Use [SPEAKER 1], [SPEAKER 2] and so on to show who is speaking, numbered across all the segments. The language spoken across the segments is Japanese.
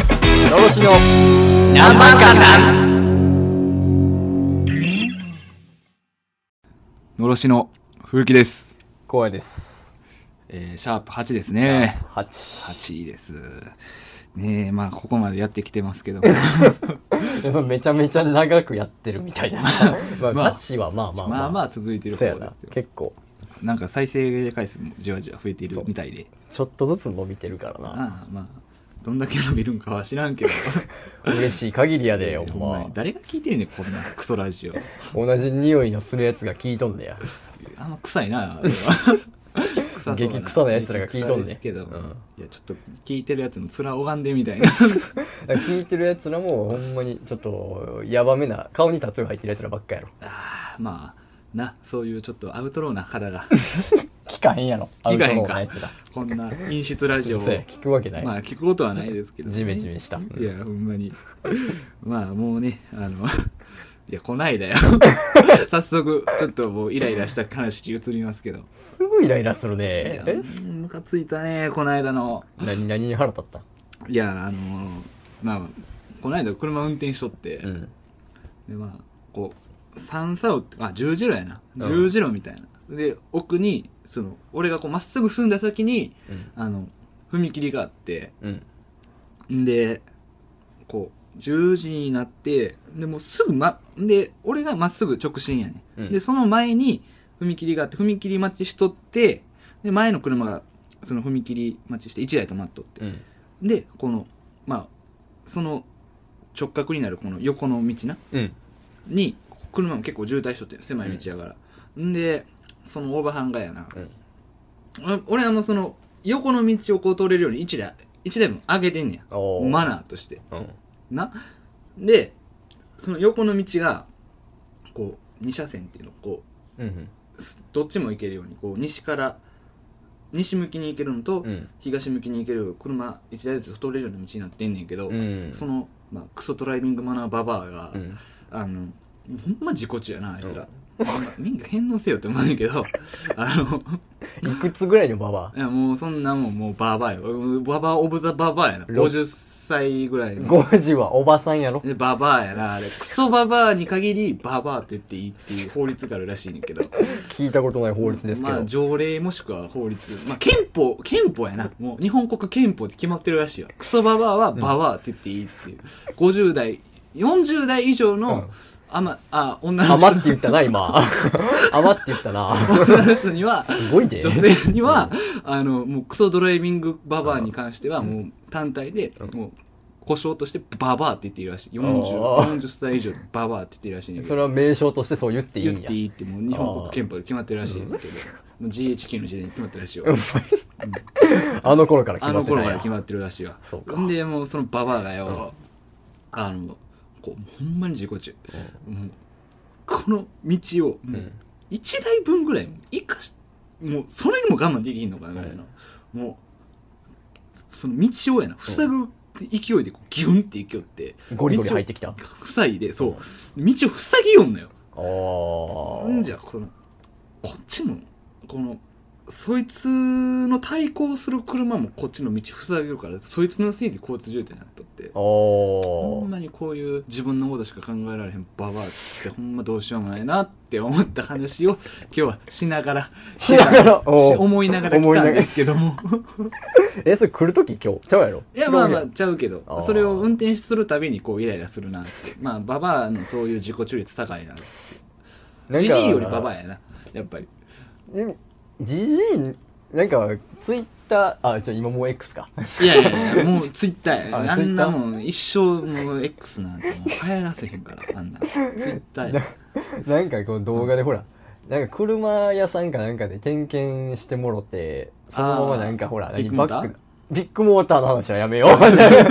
[SPEAKER 1] 越しの何万かなん
[SPEAKER 2] のろしの風紀です。
[SPEAKER 1] 怖いです。
[SPEAKER 2] えー、シャープ8ですね。
[SPEAKER 1] 8。
[SPEAKER 2] 8です。ねえ、まあ、ここまでやってきてます けども。
[SPEAKER 1] いやそのめちゃめちゃ長くやってるみたいなさ。 まあ、
[SPEAKER 2] まあ
[SPEAKER 1] 8はまあまあまあ。
[SPEAKER 2] まあまあ続いてる
[SPEAKER 1] そうや
[SPEAKER 2] 方
[SPEAKER 1] な
[SPEAKER 2] です。よ。
[SPEAKER 1] 結構、
[SPEAKER 2] なんか再生回数もじわじわ増えているみたいで。
[SPEAKER 1] ちょっとずつ伸びてるからな。
[SPEAKER 2] ああ、まあ、どんだけ伸びるんかは知らんけ ど。
[SPEAKER 1] 嬉しい限りや で、よ
[SPEAKER 2] ほんまに誰が聞いてんねん、こんなクソラジオ。
[SPEAKER 1] 同じ匂いのするやつが聞いとんねや。
[SPEAKER 2] あんま臭いな、あれは 臭そうだ
[SPEAKER 1] 激臭な奴らが聞いとんね
[SPEAKER 2] 激臭ですけど、
[SPEAKER 1] うん
[SPEAKER 2] いや、ちょっと聞いてるやつの面拝んでみたいな。
[SPEAKER 1] だから聞いてるやつらも、ほんまにちょっと、やばめな、顔にタトゥー入ってるやつらばっかやろ。
[SPEAKER 2] ああ、まあ、な、そういうちょっとアウトローな方 が、
[SPEAKER 1] 聞かへんやろ。
[SPEAKER 2] 聞かへんか
[SPEAKER 1] アウトローなやつ ら。
[SPEAKER 2] こんな陰湿ラジオを
[SPEAKER 1] そうや、聞くわけない。
[SPEAKER 2] まあ聞くことはないですけど、
[SPEAKER 1] ジメジメした。
[SPEAKER 2] いや、ほんまに。まあ、もうね、あの、いや、こない だよ。早速、ちょっともうイライラした話に移りますけど。
[SPEAKER 1] すごいイライラする
[SPEAKER 2] い
[SPEAKER 1] ね
[SPEAKER 2] や。
[SPEAKER 1] え
[SPEAKER 2] うんムカついたね、こないだの。
[SPEAKER 1] 何、何に腹立った
[SPEAKER 2] いや、あの、まあ、こないだ車運転しとって、
[SPEAKER 1] うん。
[SPEAKER 2] で、まあ、こう、三差路って、あ、十字路やな。
[SPEAKER 1] うん
[SPEAKER 2] 十字路みたいな。で、奥に、その、俺がこう、まっすぐ進んだ先に、
[SPEAKER 1] うん。
[SPEAKER 2] あの、踏切があって、
[SPEAKER 1] うん。
[SPEAKER 2] んで、こう、10時になって、で、もうすぐま、んで、俺がまっすぐ直進やね、
[SPEAKER 1] うん
[SPEAKER 2] ん。で、その前に踏切があって、踏切待ちしとって、で、前の車がその踏切待ちして1台止まっとって。
[SPEAKER 1] うん。
[SPEAKER 2] で、この、まあ、その直角になるこの横の道な、
[SPEAKER 1] うん。
[SPEAKER 2] に、車も結構渋滞しとって、狭い道やから。んで、そのオーバーハンがやな。
[SPEAKER 1] うん
[SPEAKER 2] 俺俺はもうその、横の道をこう通れるように1台、1台も上げてんねや。
[SPEAKER 1] おー
[SPEAKER 2] マナーとして。
[SPEAKER 1] うん。
[SPEAKER 2] な。で、その横の道が、こう、2車線っていうの、こ
[SPEAKER 1] うん。
[SPEAKER 2] う、すどっちも行けるように、こう、西から、西向きに行けるのと、
[SPEAKER 1] うん。
[SPEAKER 2] 東向きに行ける車1台ずつ通れるような道になってんねんけど、
[SPEAKER 1] うん。
[SPEAKER 2] その、まあ、クソドライビングマナーババアが、
[SPEAKER 1] うん。
[SPEAKER 2] あの、ほんま自己中やな、あいつら。ほんまみんな返納せよって思うねんけど、 あの、
[SPEAKER 1] いくつぐらいのババ
[SPEAKER 2] いやもうそんなもんもうババアよ。うんババアオブザババアやな。
[SPEAKER 1] ろ
[SPEAKER 2] 50歳ぐらいの。
[SPEAKER 1] ?50 はおばさんやろ
[SPEAKER 2] で、ババアやな、あれ。クソババアに限り、ババアって言っていいっていう法律があるらしいねんけど。
[SPEAKER 1] 聞いたことない法律ですけ
[SPEAKER 2] まあ、
[SPEAKER 1] ど。
[SPEAKER 2] 条例もしくは法律。まあ、憲法、憲法やな。もう、日本国憲法で決まってるらしいわ。クソババアはババアって言っていいっていう。50代、40代以上
[SPEAKER 1] うん
[SPEAKER 2] の、あま、あ、女の
[SPEAKER 1] 甘って
[SPEAKER 2] 人、
[SPEAKER 1] 言ったな、今。甘って言ったな。
[SPEAKER 2] 女の人には、
[SPEAKER 1] すごいで。
[SPEAKER 2] 女性には、あの、もうクソドライビングババアに関しては、
[SPEAKER 1] うん
[SPEAKER 2] もう単体で
[SPEAKER 1] うん、
[SPEAKER 2] もう、故障としてババアって言っているらしい。
[SPEAKER 1] あー
[SPEAKER 2] 40、40歳以上のババアって言っているらしいんだ
[SPEAKER 1] そ
[SPEAKER 2] けど。
[SPEAKER 1] れは名称としてそう言っていい
[SPEAKER 2] 言
[SPEAKER 1] ん
[SPEAKER 2] っ
[SPEAKER 1] や
[SPEAKER 2] て。いいってもう日本国憲法で決まってるらしいんだけど、もう GHQ の時代に決まってるらしいよ。
[SPEAKER 1] あの頃から決
[SPEAKER 2] あ
[SPEAKER 1] ま
[SPEAKER 2] の
[SPEAKER 1] ってた
[SPEAKER 2] 頃
[SPEAKER 1] ん
[SPEAKER 2] か
[SPEAKER 1] や
[SPEAKER 2] ら決まってるらしいわ。
[SPEAKER 1] そうか
[SPEAKER 2] んで、もうそのババアがよ、あの、こう、ほんまに自己中。もうこの道を、
[SPEAKER 1] う
[SPEAKER 2] もうん一台分ぐらい生かしもうそれにも我慢できひんのかなぐらいの、もうその道をやな塞ぐ勢いでこうギュンって行きよって
[SPEAKER 1] ゴリゴリ入ってきた。
[SPEAKER 2] 塞いでそう道を塞ぎよんのよ
[SPEAKER 1] お
[SPEAKER 2] んじゃこのこっちもこのそいつの対抗する車もこっちの道塞げるからそいつのせいで交通渋滞になっとってほ
[SPEAKER 1] お
[SPEAKER 2] んまにこういう自分のことしか考えられへんババアってほんまどうしようもないなって思った話を今日はしながら
[SPEAKER 1] しな がらおう
[SPEAKER 2] 思いながら来たんですけども
[SPEAKER 1] え、それ来るとき今日ちゃうやろ
[SPEAKER 2] いやま
[SPEAKER 1] 違
[SPEAKER 2] あ
[SPEAKER 1] う
[SPEAKER 2] ま
[SPEAKER 1] や
[SPEAKER 2] あ
[SPEAKER 1] ん
[SPEAKER 2] ちゃうけど
[SPEAKER 1] あー
[SPEAKER 2] それを運転するたびにこうイライラするなってまあババアのそういう自己中率高い
[SPEAKER 1] な
[SPEAKER 2] な
[SPEAKER 1] んか
[SPEAKER 2] じじいよりババアやなやっぱり
[SPEAKER 1] えじじい、なんか、ツイッター、あ、じゃ今もう X か。
[SPEAKER 2] いやいやいやもうツイッターや
[SPEAKER 1] あ
[SPEAKER 2] あんなもん一生もう X なんてもう流行らせへんからあんなツイッターや
[SPEAKER 1] なんかこの動画でほら、なんか車屋さんかなんかで点検してもろて、そのままなんかほら、
[SPEAKER 2] あー
[SPEAKER 1] 何
[SPEAKER 2] ビッグモーター
[SPEAKER 1] バックビッグモーターの話はやめよう。 ビ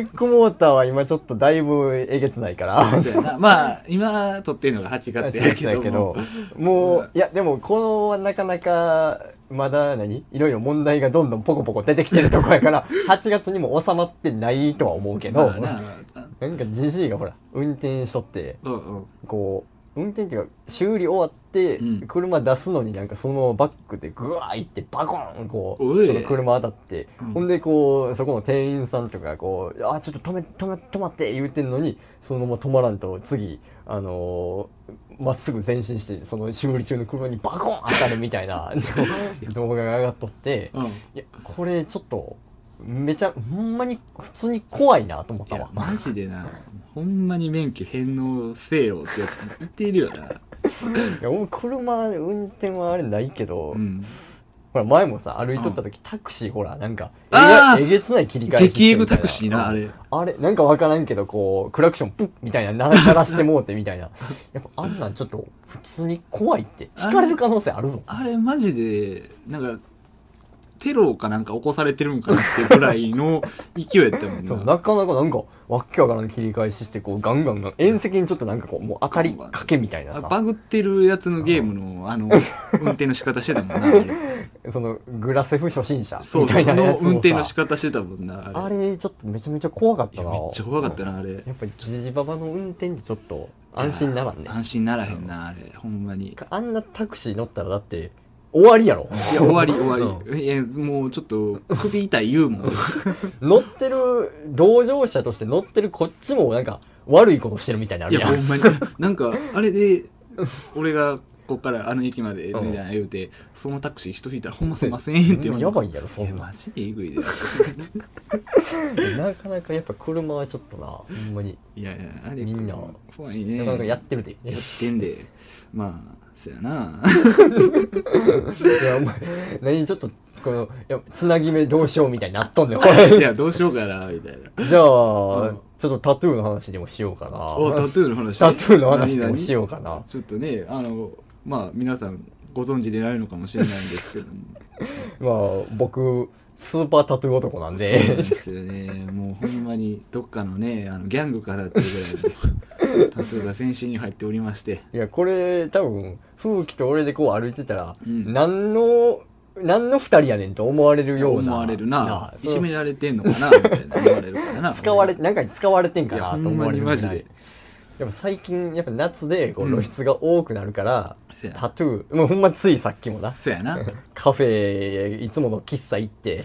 [SPEAKER 1] ッグモーターは今ちょっとだいぶえげつないから。
[SPEAKER 2] そうやなまあ今撮ってるのが8月やけど
[SPEAKER 1] だ
[SPEAKER 2] も
[SPEAKER 1] けど、もう、いや、でも、このはなかなか、まだ何いろいろ問題がどんどんポコポコ出てきてるとこや から、8月にも収まってないとは思うけど、
[SPEAKER 2] まあなあ
[SPEAKER 1] なんかじじいがほら、運転しとって、
[SPEAKER 2] うんうん
[SPEAKER 1] こう、運転っていうか修理終わって、
[SPEAKER 2] うん
[SPEAKER 1] 車出すのになんかそのままバックでグワーいってバコーンこ
[SPEAKER 2] お
[SPEAKER 1] う
[SPEAKER 2] い
[SPEAKER 1] その車当たって、
[SPEAKER 2] うん
[SPEAKER 1] ほんでこうそこの店員さんとかこう「あちょっと止め止め止まって」言うてんのにそのまま止まらんと次あのーまっすぐ前進してその修理中の車にバコーン当たるみたい な動画が上がっとって
[SPEAKER 2] うん。い
[SPEAKER 1] いやこれちょっとめちゃほんまに普通に怖いなと思った
[SPEAKER 2] や
[SPEAKER 1] わ、。
[SPEAKER 2] マジでな、ほんまに免許返納せよってやつ言ってるよな。
[SPEAKER 1] いや俺車運転はあれないけど、
[SPEAKER 2] うん。
[SPEAKER 1] ほら前もさ歩いとった時、タクシーほらなんかえ
[SPEAKER 2] あ
[SPEAKER 1] が
[SPEAKER 2] ー
[SPEAKER 1] えげつない切り替え
[SPEAKER 2] 激エグタクシーな、あ
[SPEAKER 1] れ
[SPEAKER 2] れ。
[SPEAKER 1] あれなんかわからんけどこうクラクションプッみたいな鳴ら鳴らしてもうてみたい なやっぱあんなんちょっと普通に怖いって引かれる可能性あるぞ
[SPEAKER 2] あれマジで、なんか、テロかなんか起こされてるんかなってぐらいの勢いやったもん
[SPEAKER 1] そう
[SPEAKER 2] な。
[SPEAKER 1] なかなかなんかわっけわからん切り返ししてこうガンガンガン縁石にちょっとなんかこうもう当たりかけみたいな
[SPEAKER 2] あれ
[SPEAKER 1] さ
[SPEAKER 2] バグってるやつのゲームの、あの、運転の仕方してたもんな、あれ。
[SPEAKER 1] そのグラセフ初心者
[SPEAKER 2] そう
[SPEAKER 1] みた
[SPEAKER 2] そう、
[SPEAKER 1] いなや
[SPEAKER 2] の
[SPEAKER 1] つ
[SPEAKER 2] 運転の
[SPEAKER 1] も
[SPEAKER 2] 仕
[SPEAKER 1] さ
[SPEAKER 2] 方してたもんな、あ
[SPEAKER 1] あ
[SPEAKER 2] れ。
[SPEAKER 1] れちょっとめちゃめちゃ怖かっ
[SPEAKER 2] い
[SPEAKER 1] た
[SPEAKER 2] や、
[SPEAKER 1] な
[SPEAKER 2] めっちゃ怖かったな、あれ。
[SPEAKER 1] やっぱりジジババの運転ってちょっと安心ならんね
[SPEAKER 2] 安心ならへんな、あれ。ほんまに。
[SPEAKER 1] あんなタクシー乗ったらだって終わりやろ
[SPEAKER 2] いや、終わり、終わり。いや、もうちょっと、首痛い言うもん。
[SPEAKER 1] 乗ってる同乗者として乗ってるこっちもなんか悪いことしてるみたいにないる
[SPEAKER 2] や、
[SPEAKER 1] や
[SPEAKER 2] ほ
[SPEAKER 1] ん
[SPEAKER 2] んまに。なんか、あれで、俺が、こっからあの駅まで、みたいな言うて、そのタクシー人引いたら、ほんますいませんって言われて
[SPEAKER 1] やばいやろそ
[SPEAKER 2] いや、
[SPEAKER 1] んな
[SPEAKER 2] マジでえぐいで。
[SPEAKER 1] なかなかやっぱ車はちょっとなほんまに
[SPEAKER 2] いやいや、あれ、
[SPEAKER 1] みんな
[SPEAKER 2] 怖いね。
[SPEAKER 1] なかなかやってるで、
[SPEAKER 2] やってんで。まあ、そや な。
[SPEAKER 1] いやお前何ちょっとこのいやつなぎ目どうしようみたいになっとんねんこれ
[SPEAKER 2] いや、どうしようかな、みたいな。
[SPEAKER 1] じゃあ、
[SPEAKER 2] うん
[SPEAKER 1] ちょっとタトゥーの話でもしようかな
[SPEAKER 2] お、タトゥーの話。
[SPEAKER 1] タトゥーの話でもしよう
[SPEAKER 2] か
[SPEAKER 1] かな
[SPEAKER 2] ちょっとね、あの、まあ、皆さん、ご存知でないのかもしれないんですけども。
[SPEAKER 1] まあ僕スーパータトゥー男なんで
[SPEAKER 2] そうなんですよね。もうほんまに、どっかのね、あの、ギャングからっていうぐらいの、タトゥーが全身に入っておりまして。
[SPEAKER 1] いや、これ、多分、風紀と俺でこう歩いてたら、
[SPEAKER 2] うん
[SPEAKER 1] 何の、何の二人やねんと思われるような。
[SPEAKER 2] 思われるな。い
[SPEAKER 1] いじ
[SPEAKER 2] じ
[SPEAKER 1] め
[SPEAKER 2] められてんのかな、みたいな思われるからな。
[SPEAKER 1] 使われ、なんかに使われてん
[SPEAKER 2] い
[SPEAKER 1] か
[SPEAKER 2] や、
[SPEAKER 1] な
[SPEAKER 2] ほ
[SPEAKER 1] と
[SPEAKER 2] ん
[SPEAKER 1] 思
[SPEAKER 2] ま
[SPEAKER 1] われ
[SPEAKER 2] に
[SPEAKER 1] る
[SPEAKER 2] マ
[SPEAKER 1] ぐ
[SPEAKER 2] ジ
[SPEAKER 1] らい
[SPEAKER 2] で。。
[SPEAKER 1] やっぱ最近、やっぱ夏で、こ
[SPEAKER 2] う
[SPEAKER 1] う、
[SPEAKER 2] ん
[SPEAKER 1] 露出が多くなるから、
[SPEAKER 2] せや
[SPEAKER 1] タトゥー、もうほんまついさっきもな、
[SPEAKER 2] そやな。
[SPEAKER 1] カフェ、いつもの喫茶行 って、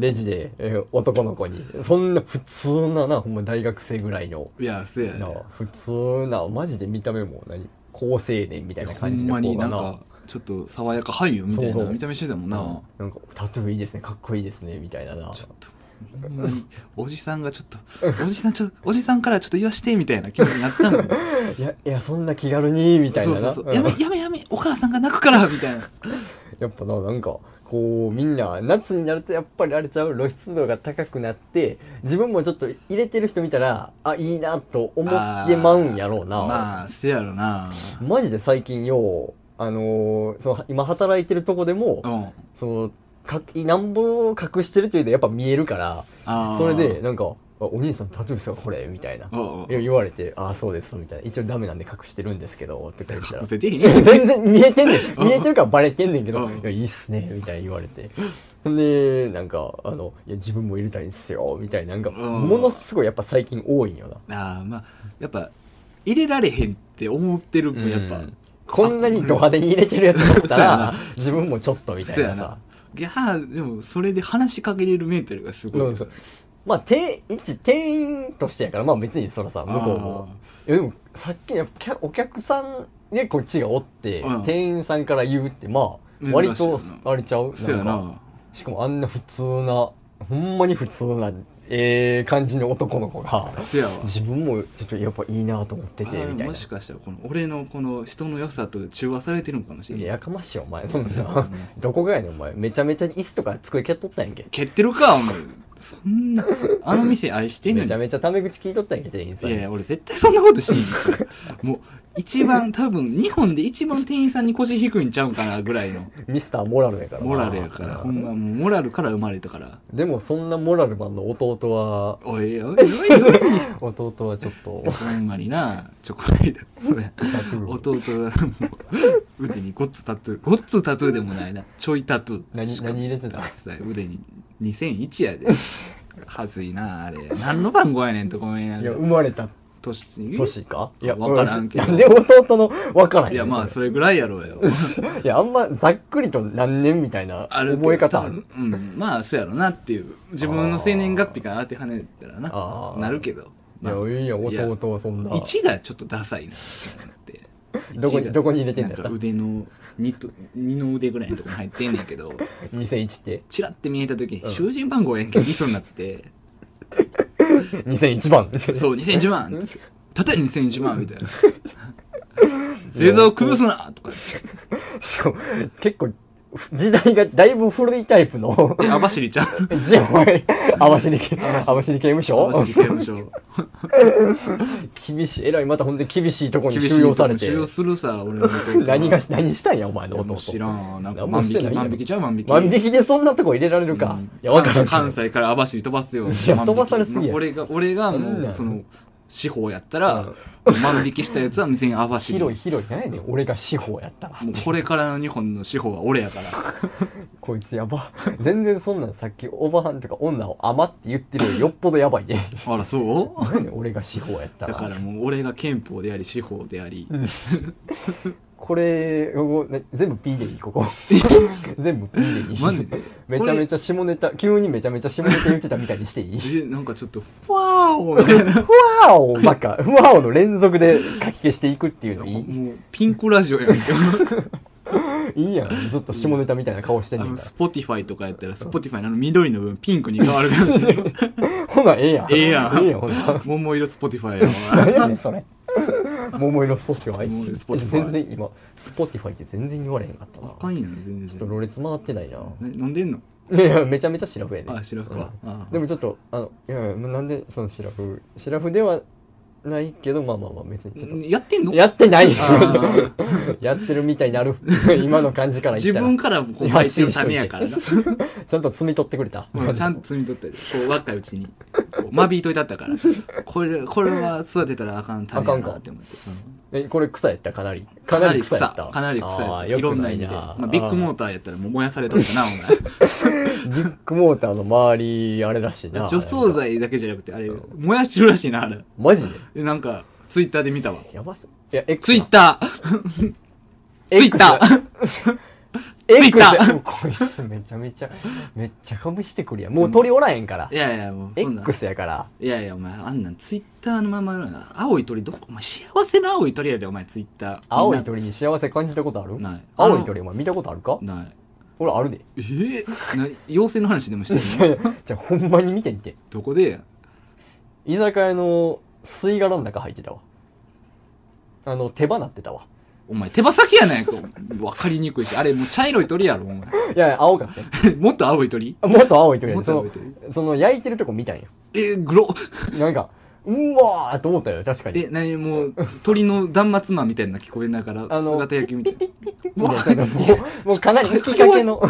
[SPEAKER 1] レジで、えー男の子に、そんな普通なな、ほんま大学生ぐらいの、
[SPEAKER 2] いや、そやね
[SPEAKER 1] な。普通な、マジで見た目も何、高青年みたいな
[SPEAKER 2] ほ
[SPEAKER 1] 感じ
[SPEAKER 2] ん
[SPEAKER 1] の
[SPEAKER 2] まに
[SPEAKER 1] 子
[SPEAKER 2] な
[SPEAKER 1] が
[SPEAKER 2] んか、ちょっと爽やか俳優みたい
[SPEAKER 1] そう
[SPEAKER 2] な
[SPEAKER 1] そう
[SPEAKER 2] 見た目してたもんな。
[SPEAKER 1] なんかタトゥーいいですねかっこいいですねみたいなな
[SPEAKER 2] ちょっと、ほんまに、おじさんがちょっと、おじさんちょ、おじさんからちょっと言わして、みたいな気分になったの。
[SPEAKER 1] いやいやそんな気軽に みたい
[SPEAKER 2] そ
[SPEAKER 1] な
[SPEAKER 2] う
[SPEAKER 1] な
[SPEAKER 2] そうそう。
[SPEAKER 1] ん
[SPEAKER 2] やめ、やめ、やめ、お母さんが泣くから、みたいな。
[SPEAKER 1] やっぱななんかこうみんな夏になるとやっぱりあれちゃう露出度が高くなって自分もちょっと入れてる人見たらあいいなと思ってまうんやろうな、
[SPEAKER 2] まあ、せやろな。
[SPEAKER 1] マジで最近ようあのーその今働いてるとこでも
[SPEAKER 2] うん。
[SPEAKER 1] そのかなんぼ隠してるというとやっぱ見えるから
[SPEAKER 2] あー
[SPEAKER 1] それで、なんかあ「お兄さんタトゥーですかこれ」みたいな
[SPEAKER 2] うんうん
[SPEAKER 1] いや言われて「ああそうです」みたいな「一応ダメなんで隠してるんですけど」って言ったら
[SPEAKER 2] 隠せてへんやん。
[SPEAKER 1] 全然見えてんね
[SPEAKER 2] うん
[SPEAKER 1] ん見えてるからバレてんねんけど「
[SPEAKER 2] うん
[SPEAKER 1] いやいいっすね」みたいに言われてほんでなんかあの「いや自分も入れたいんですよ」みたいななんか
[SPEAKER 2] うん
[SPEAKER 1] ものすごいやっぱ最近多いんよな
[SPEAKER 2] ああ、まあ、やっぱ、入れられへんって思ってる分、やっぱ、
[SPEAKER 1] うんこんなにド派手に入れてるやつだった
[SPEAKER 2] そうやな
[SPEAKER 1] ら自分もちょっとみた
[SPEAKER 2] せ
[SPEAKER 1] い
[SPEAKER 2] や
[SPEAKER 1] な
[SPEAKER 2] な
[SPEAKER 1] さ。
[SPEAKER 2] いやーでも、それで話しかけれるメンタルがすごい。
[SPEAKER 1] うんそうまあ店一店員としてやからまあ別にそらさ向こうもいやでもさっきのやっぱ客お客さんでこっちがおって、
[SPEAKER 2] うん
[SPEAKER 1] 店員さんから言うってま
[SPEAKER 2] 珍しい
[SPEAKER 1] あ割
[SPEAKER 2] よ
[SPEAKER 1] と
[SPEAKER 2] な
[SPEAKER 1] あれちゃう
[SPEAKER 2] あー。せや
[SPEAKER 1] なんか
[SPEAKER 2] な。
[SPEAKER 1] しかもあんな普通なほんまに普通なええ感じの男の子が
[SPEAKER 2] せやわ。
[SPEAKER 1] 自分もちょっとやっぱいいなと思ってて
[SPEAKER 2] あー
[SPEAKER 1] みたい
[SPEAKER 2] も
[SPEAKER 1] な
[SPEAKER 2] しかしたらこの俺のこの人の良さと中和されてるのかもし
[SPEAKER 1] い
[SPEAKER 2] れな
[SPEAKER 1] やや
[SPEAKER 2] い
[SPEAKER 1] かましいよお前そんな どこがやねんお前めちゃめちゃ椅子とか机蹴っとったんやんけ
[SPEAKER 2] 蹴ってるかお前そんなあの店愛してんの
[SPEAKER 1] め
[SPEAKER 2] に
[SPEAKER 1] ちゃめちゃタメ口聞いとったんやんけ店員さ
[SPEAKER 2] い
[SPEAKER 1] ん
[SPEAKER 2] やいや俺絶対そんなことしんよもう一番多分日本で一番店員さんに腰低いんちゃうんかなぐらいの
[SPEAKER 1] ミスターモラルやからな
[SPEAKER 2] モラルやからほんまもうモラルから生まれたから
[SPEAKER 1] でもそんなモラルマンの弟 は
[SPEAKER 2] おいおいおいおい
[SPEAKER 1] 弟はちょっと
[SPEAKER 2] ほんまになちょこないだそうや
[SPEAKER 1] タトゥーを
[SPEAKER 2] 弟がもう腕にごっつタトゥーごっつタトゥーでもないなちょいタトゥー
[SPEAKER 1] 何
[SPEAKER 2] しか
[SPEAKER 1] 何入れてた
[SPEAKER 2] ダッサい腕に2001やではずいなあれ何の番号やねんとごめんや
[SPEAKER 1] い
[SPEAKER 2] け
[SPEAKER 1] や
[SPEAKER 2] ど
[SPEAKER 1] 生まれた
[SPEAKER 2] 年
[SPEAKER 1] 年かいや、
[SPEAKER 2] わからんけど
[SPEAKER 1] うんで、弟の、わからん
[SPEAKER 2] いやまあそれぐらいやろうよ
[SPEAKER 1] れいや、あんま、ざっくりと何年みたいな、
[SPEAKER 2] ある
[SPEAKER 1] 覚え方あ
[SPEAKER 2] 多
[SPEAKER 1] る
[SPEAKER 2] 分うんまあそうやろなっていう自分の生年月日から当てはねたら
[SPEAKER 1] あ
[SPEAKER 2] な
[SPEAKER 1] ー
[SPEAKER 2] なるけど、
[SPEAKER 1] い
[SPEAKER 2] まあ、
[SPEAKER 1] や、いいや、
[SPEAKER 2] いや
[SPEAKER 1] 弟はそんな。
[SPEAKER 2] 1がちょっとダサいなって思って
[SPEAKER 1] どこ
[SPEAKER 2] 1が
[SPEAKER 1] どこに入れてんだよ
[SPEAKER 2] なんか腕の二と二の腕ぐらいのとこに入ってんねんけど
[SPEAKER 1] 2001って。
[SPEAKER 2] チラって見えた時に
[SPEAKER 1] うん
[SPEAKER 2] 囚人番号やんけミスになって
[SPEAKER 1] 2001番。
[SPEAKER 2] そう、2001万たとえ2001万みたいな。 星座を崩すなとか
[SPEAKER 1] しかも、結構、時代がだいぶ古いタイプの、
[SPEAKER 2] 言って。網走ちゃん。
[SPEAKER 1] じゃあ、お前、網走刑
[SPEAKER 2] 網走
[SPEAKER 1] 網走刑務所
[SPEAKER 2] 網走刑務所。
[SPEAKER 1] 厳しい。えらい、またほんで厳しいとこに
[SPEAKER 2] 厳しい
[SPEAKER 1] 収容されて
[SPEAKER 2] 収。容するさ、俺の弟は
[SPEAKER 1] 何がし、何したんや、お前
[SPEAKER 2] い
[SPEAKER 1] の
[SPEAKER 2] やもう知
[SPEAKER 1] 弟。
[SPEAKER 2] らん。なん
[SPEAKER 1] 何
[SPEAKER 2] か
[SPEAKER 1] も
[SPEAKER 2] 万
[SPEAKER 1] し
[SPEAKER 2] 引
[SPEAKER 1] てな
[SPEAKER 2] き、
[SPEAKER 1] いやん
[SPEAKER 2] 万引きちゃう万引き。
[SPEAKER 1] 万引きでそんなとこ入れられるか。
[SPEAKER 2] うん
[SPEAKER 1] いや、わからんけど
[SPEAKER 2] 関西から網走飛ばすよ。
[SPEAKER 1] いや飛ばされすぎや
[SPEAKER 2] 万引き俺が、俺が
[SPEAKER 1] そん
[SPEAKER 2] も
[SPEAKER 1] なん
[SPEAKER 2] う、その、司法やったら、万引きしたやつは全員網走。
[SPEAKER 1] 広い広い。何やねん、俺が司法やったら。
[SPEAKER 2] もうこれからの日本の司法は俺 やから。
[SPEAKER 1] こいつやば。全然そんなんさっきおばはんとか女を甘って言ってるよりよっぽどやばいね。
[SPEAKER 2] あら、そう
[SPEAKER 1] 何やねん俺が司法やった
[SPEAKER 2] だ
[SPEAKER 1] ら。
[SPEAKER 2] からもう俺が憲法であり司法であり、
[SPEAKER 1] これ、ここね全部 P でいい、ここ。 全部 P でいい。
[SPEAKER 2] マジで
[SPEAKER 1] めちゃめちゃ下ネタ、急にめちゃめちゃ下ネタ言ってたみたいにしていい
[SPEAKER 2] えなんかちょっと「わーお!」みたいな
[SPEAKER 1] ふわーおバカふわーおの連続で書き消していくっていうのいい
[SPEAKER 2] もうピンクラジオやんけ
[SPEAKER 1] いいやん。ずっと下ネタみたいな顔して
[SPEAKER 2] あ
[SPEAKER 1] んねん
[SPEAKER 2] の
[SPEAKER 1] か
[SPEAKER 2] スポティファイとかやったらスポティファイのあの緑の部分ピンクに変わるかもしれない
[SPEAKER 1] ら。ほな、 ええやん。
[SPEAKER 2] ええやん
[SPEAKER 1] ええやん、ほな。
[SPEAKER 2] 桃色スポティファイや
[SPEAKER 1] 何やねん、それ。桃色スポティフ
[SPEAKER 2] 桃色スポ
[SPEAKER 1] ァ
[SPEAKER 2] テ
[SPEAKER 1] イ
[SPEAKER 2] ィファイ
[SPEAKER 1] 全然今、スポティファイって全然言われへんかった
[SPEAKER 2] お
[SPEAKER 1] な
[SPEAKER 2] 前。あかんやん全
[SPEAKER 1] ちょっと
[SPEAKER 2] 然
[SPEAKER 1] ろれつ回ってないな。
[SPEAKER 2] え飲んでんの
[SPEAKER 1] いやいや、めちゃめちゃシラフやで。
[SPEAKER 2] あ白服は
[SPEAKER 1] うん
[SPEAKER 2] ああ
[SPEAKER 1] でもちょっと、あの、いやいや、なんでそのシラフ、シラフではないけど、まあまあまあ、別にちょっと。
[SPEAKER 2] やってんの
[SPEAKER 1] やってない
[SPEAKER 2] あ
[SPEAKER 1] やってるみたいになる。今の感じから言
[SPEAKER 2] 自
[SPEAKER 1] ったら。
[SPEAKER 2] 分からこう配信のため やからな
[SPEAKER 1] ちゃんと摘み取ってくれた。
[SPEAKER 2] うんちゃんと摘み取ったでこう若いうちにこう間引いといたったからこれこれは育てたらあかん種やなって思ってうん
[SPEAKER 1] え、これ草やったかなり。
[SPEAKER 2] かなり草
[SPEAKER 1] やった
[SPEAKER 2] かなり草や
[SPEAKER 1] あー
[SPEAKER 2] った。
[SPEAKER 1] よ
[SPEAKER 2] いろ
[SPEAKER 1] く
[SPEAKER 2] んな
[SPEAKER 1] ない
[SPEAKER 2] 意味
[SPEAKER 1] な
[SPEAKER 2] で。まあ、ビッグモー
[SPEAKER 1] ー
[SPEAKER 2] ターやったらもう燃やされとった な、
[SPEAKER 1] ター。ビッグモーターの周り、あれらしい
[SPEAKER 2] お前。
[SPEAKER 1] な。
[SPEAKER 2] 除草剤だけじゃなくて、あれ、燃やしてるらしいな、あれ。
[SPEAKER 1] マジで
[SPEAKER 2] でなんか、ツイッターで見たわ。
[SPEAKER 1] やばす。いや、X
[SPEAKER 2] ツイッターツイッター
[SPEAKER 1] X
[SPEAKER 2] ツイッター
[SPEAKER 1] もうこいつめちゃめちゃ、めっちゃかぶしてくるやん。もう鳥おらへんから
[SPEAKER 2] い。やいや、もう、そんな。
[SPEAKER 1] X やから。
[SPEAKER 2] いやいや、お前、あんなんツイッターのままやな、青い鳥どこ、お前、幸せな青い鳥やで、お前、ツイッター。
[SPEAKER 1] 青い鳥に幸せ感じたことある
[SPEAKER 2] ない
[SPEAKER 1] 青い鳥お前見たことあるか
[SPEAKER 2] みんなない。
[SPEAKER 1] 俺あるで。
[SPEAKER 2] えー、な妖精の話でもしてるの
[SPEAKER 1] じゃあほんまに見てんて。
[SPEAKER 2] どこで
[SPEAKER 1] 居酒屋の吸い殻の中入ってたわ。あの、手放ってたわ。
[SPEAKER 2] お前、手羽先やないか。わかりにくいし。あれ、もう茶色い鳥やろ、お前。
[SPEAKER 1] いやいや、青かったよ
[SPEAKER 2] もっと青い鳥
[SPEAKER 1] もっと青い鳥や
[SPEAKER 2] も
[SPEAKER 1] で
[SPEAKER 2] っ
[SPEAKER 1] そ
[SPEAKER 2] と青
[SPEAKER 1] の
[SPEAKER 2] い、鳥
[SPEAKER 1] その焼いてるとこ見たんよ。
[SPEAKER 2] えー、グロ
[SPEAKER 1] なんか、うわーと思ったよ、確かに。
[SPEAKER 2] え、なにもう、鳥の断末魔みたいな聞こえながら、
[SPEAKER 1] あの
[SPEAKER 2] 姿焼きみたいな。
[SPEAKER 1] み
[SPEAKER 2] う
[SPEAKER 1] た
[SPEAKER 2] わ
[SPEAKER 1] いななんかもう、もうかなり行きかけの、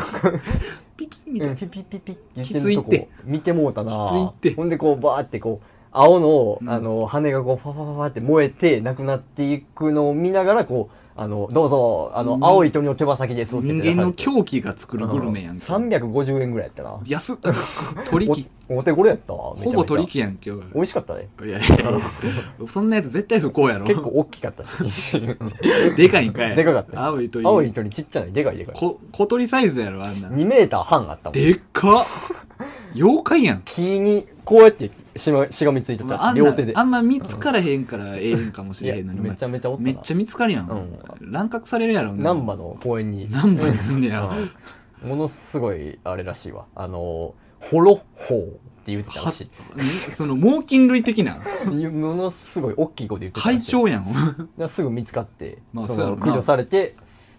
[SPEAKER 2] ピピ
[SPEAKER 1] う
[SPEAKER 2] みたい
[SPEAKER 1] ん
[SPEAKER 2] な。
[SPEAKER 1] ピッピッピッピッ言ってると
[SPEAKER 2] きついっ
[SPEAKER 1] こ
[SPEAKER 2] て
[SPEAKER 1] 見てもうたな
[SPEAKER 2] きついって
[SPEAKER 1] ほんでこう、バーってこう、青の
[SPEAKER 2] う、ん
[SPEAKER 1] あの、羽がこう、ファファファファって燃えて、なくなっていくのを見ながら、こう、あの、どうぞ、あの
[SPEAKER 2] う、ん
[SPEAKER 1] 青い鳥の手羽先ですって言
[SPEAKER 2] 人
[SPEAKER 1] って
[SPEAKER 2] 間の
[SPEAKER 1] ください
[SPEAKER 2] 狂気が作るグルメやんけ。
[SPEAKER 1] 350円ぐらいやったな。
[SPEAKER 2] 安っ。鳥貴。
[SPEAKER 1] おお手頃やったわ。めちゃ
[SPEAKER 2] ほ
[SPEAKER 1] めちゃ
[SPEAKER 2] ぼ鳥貴やんけ。おい
[SPEAKER 1] 美味しかったね。
[SPEAKER 2] いやいやいやそんなやつ絶対不幸やろ。
[SPEAKER 1] 結構大きか ったし。
[SPEAKER 2] でかいんかい。
[SPEAKER 1] でかかったよ
[SPEAKER 2] 青い鳥。
[SPEAKER 1] 青い鳥ちっちゃい、でかいでかい。
[SPEAKER 2] こ小鳥サイズやろ、あんな。
[SPEAKER 1] 2メーター半あったもん。
[SPEAKER 2] でっかっ妖 怪やん。
[SPEAKER 1] 木にこうやってしましがみついてた
[SPEAKER 2] あ
[SPEAKER 1] し、
[SPEAKER 2] ん
[SPEAKER 1] 両手で
[SPEAKER 2] な、あ。んま見つからへんからええんかもし
[SPEAKER 1] い
[SPEAKER 2] れ
[SPEAKER 1] や
[SPEAKER 2] へんのに、お
[SPEAKER 1] め
[SPEAKER 2] 前
[SPEAKER 1] ちゃめちゃおったな。
[SPEAKER 2] めっちゃ見つかるやん。乱獲されるやろ、
[SPEAKER 1] 難波の公園に。
[SPEAKER 2] 何番いん ねや。
[SPEAKER 1] うんものすごい、あれらしいわ。あの、ホロホーって言ってたら
[SPEAKER 2] は
[SPEAKER 1] しい。
[SPEAKER 2] その猛禽類的な
[SPEAKER 1] ものすごい大きい声で言ってたら
[SPEAKER 2] 会
[SPEAKER 1] しい。
[SPEAKER 2] 長やんお前
[SPEAKER 1] 長すぐ見つかって、
[SPEAKER 2] まあ
[SPEAKER 1] そ
[SPEAKER 2] そうや
[SPEAKER 1] の
[SPEAKER 2] ろな
[SPEAKER 1] 駆除されて、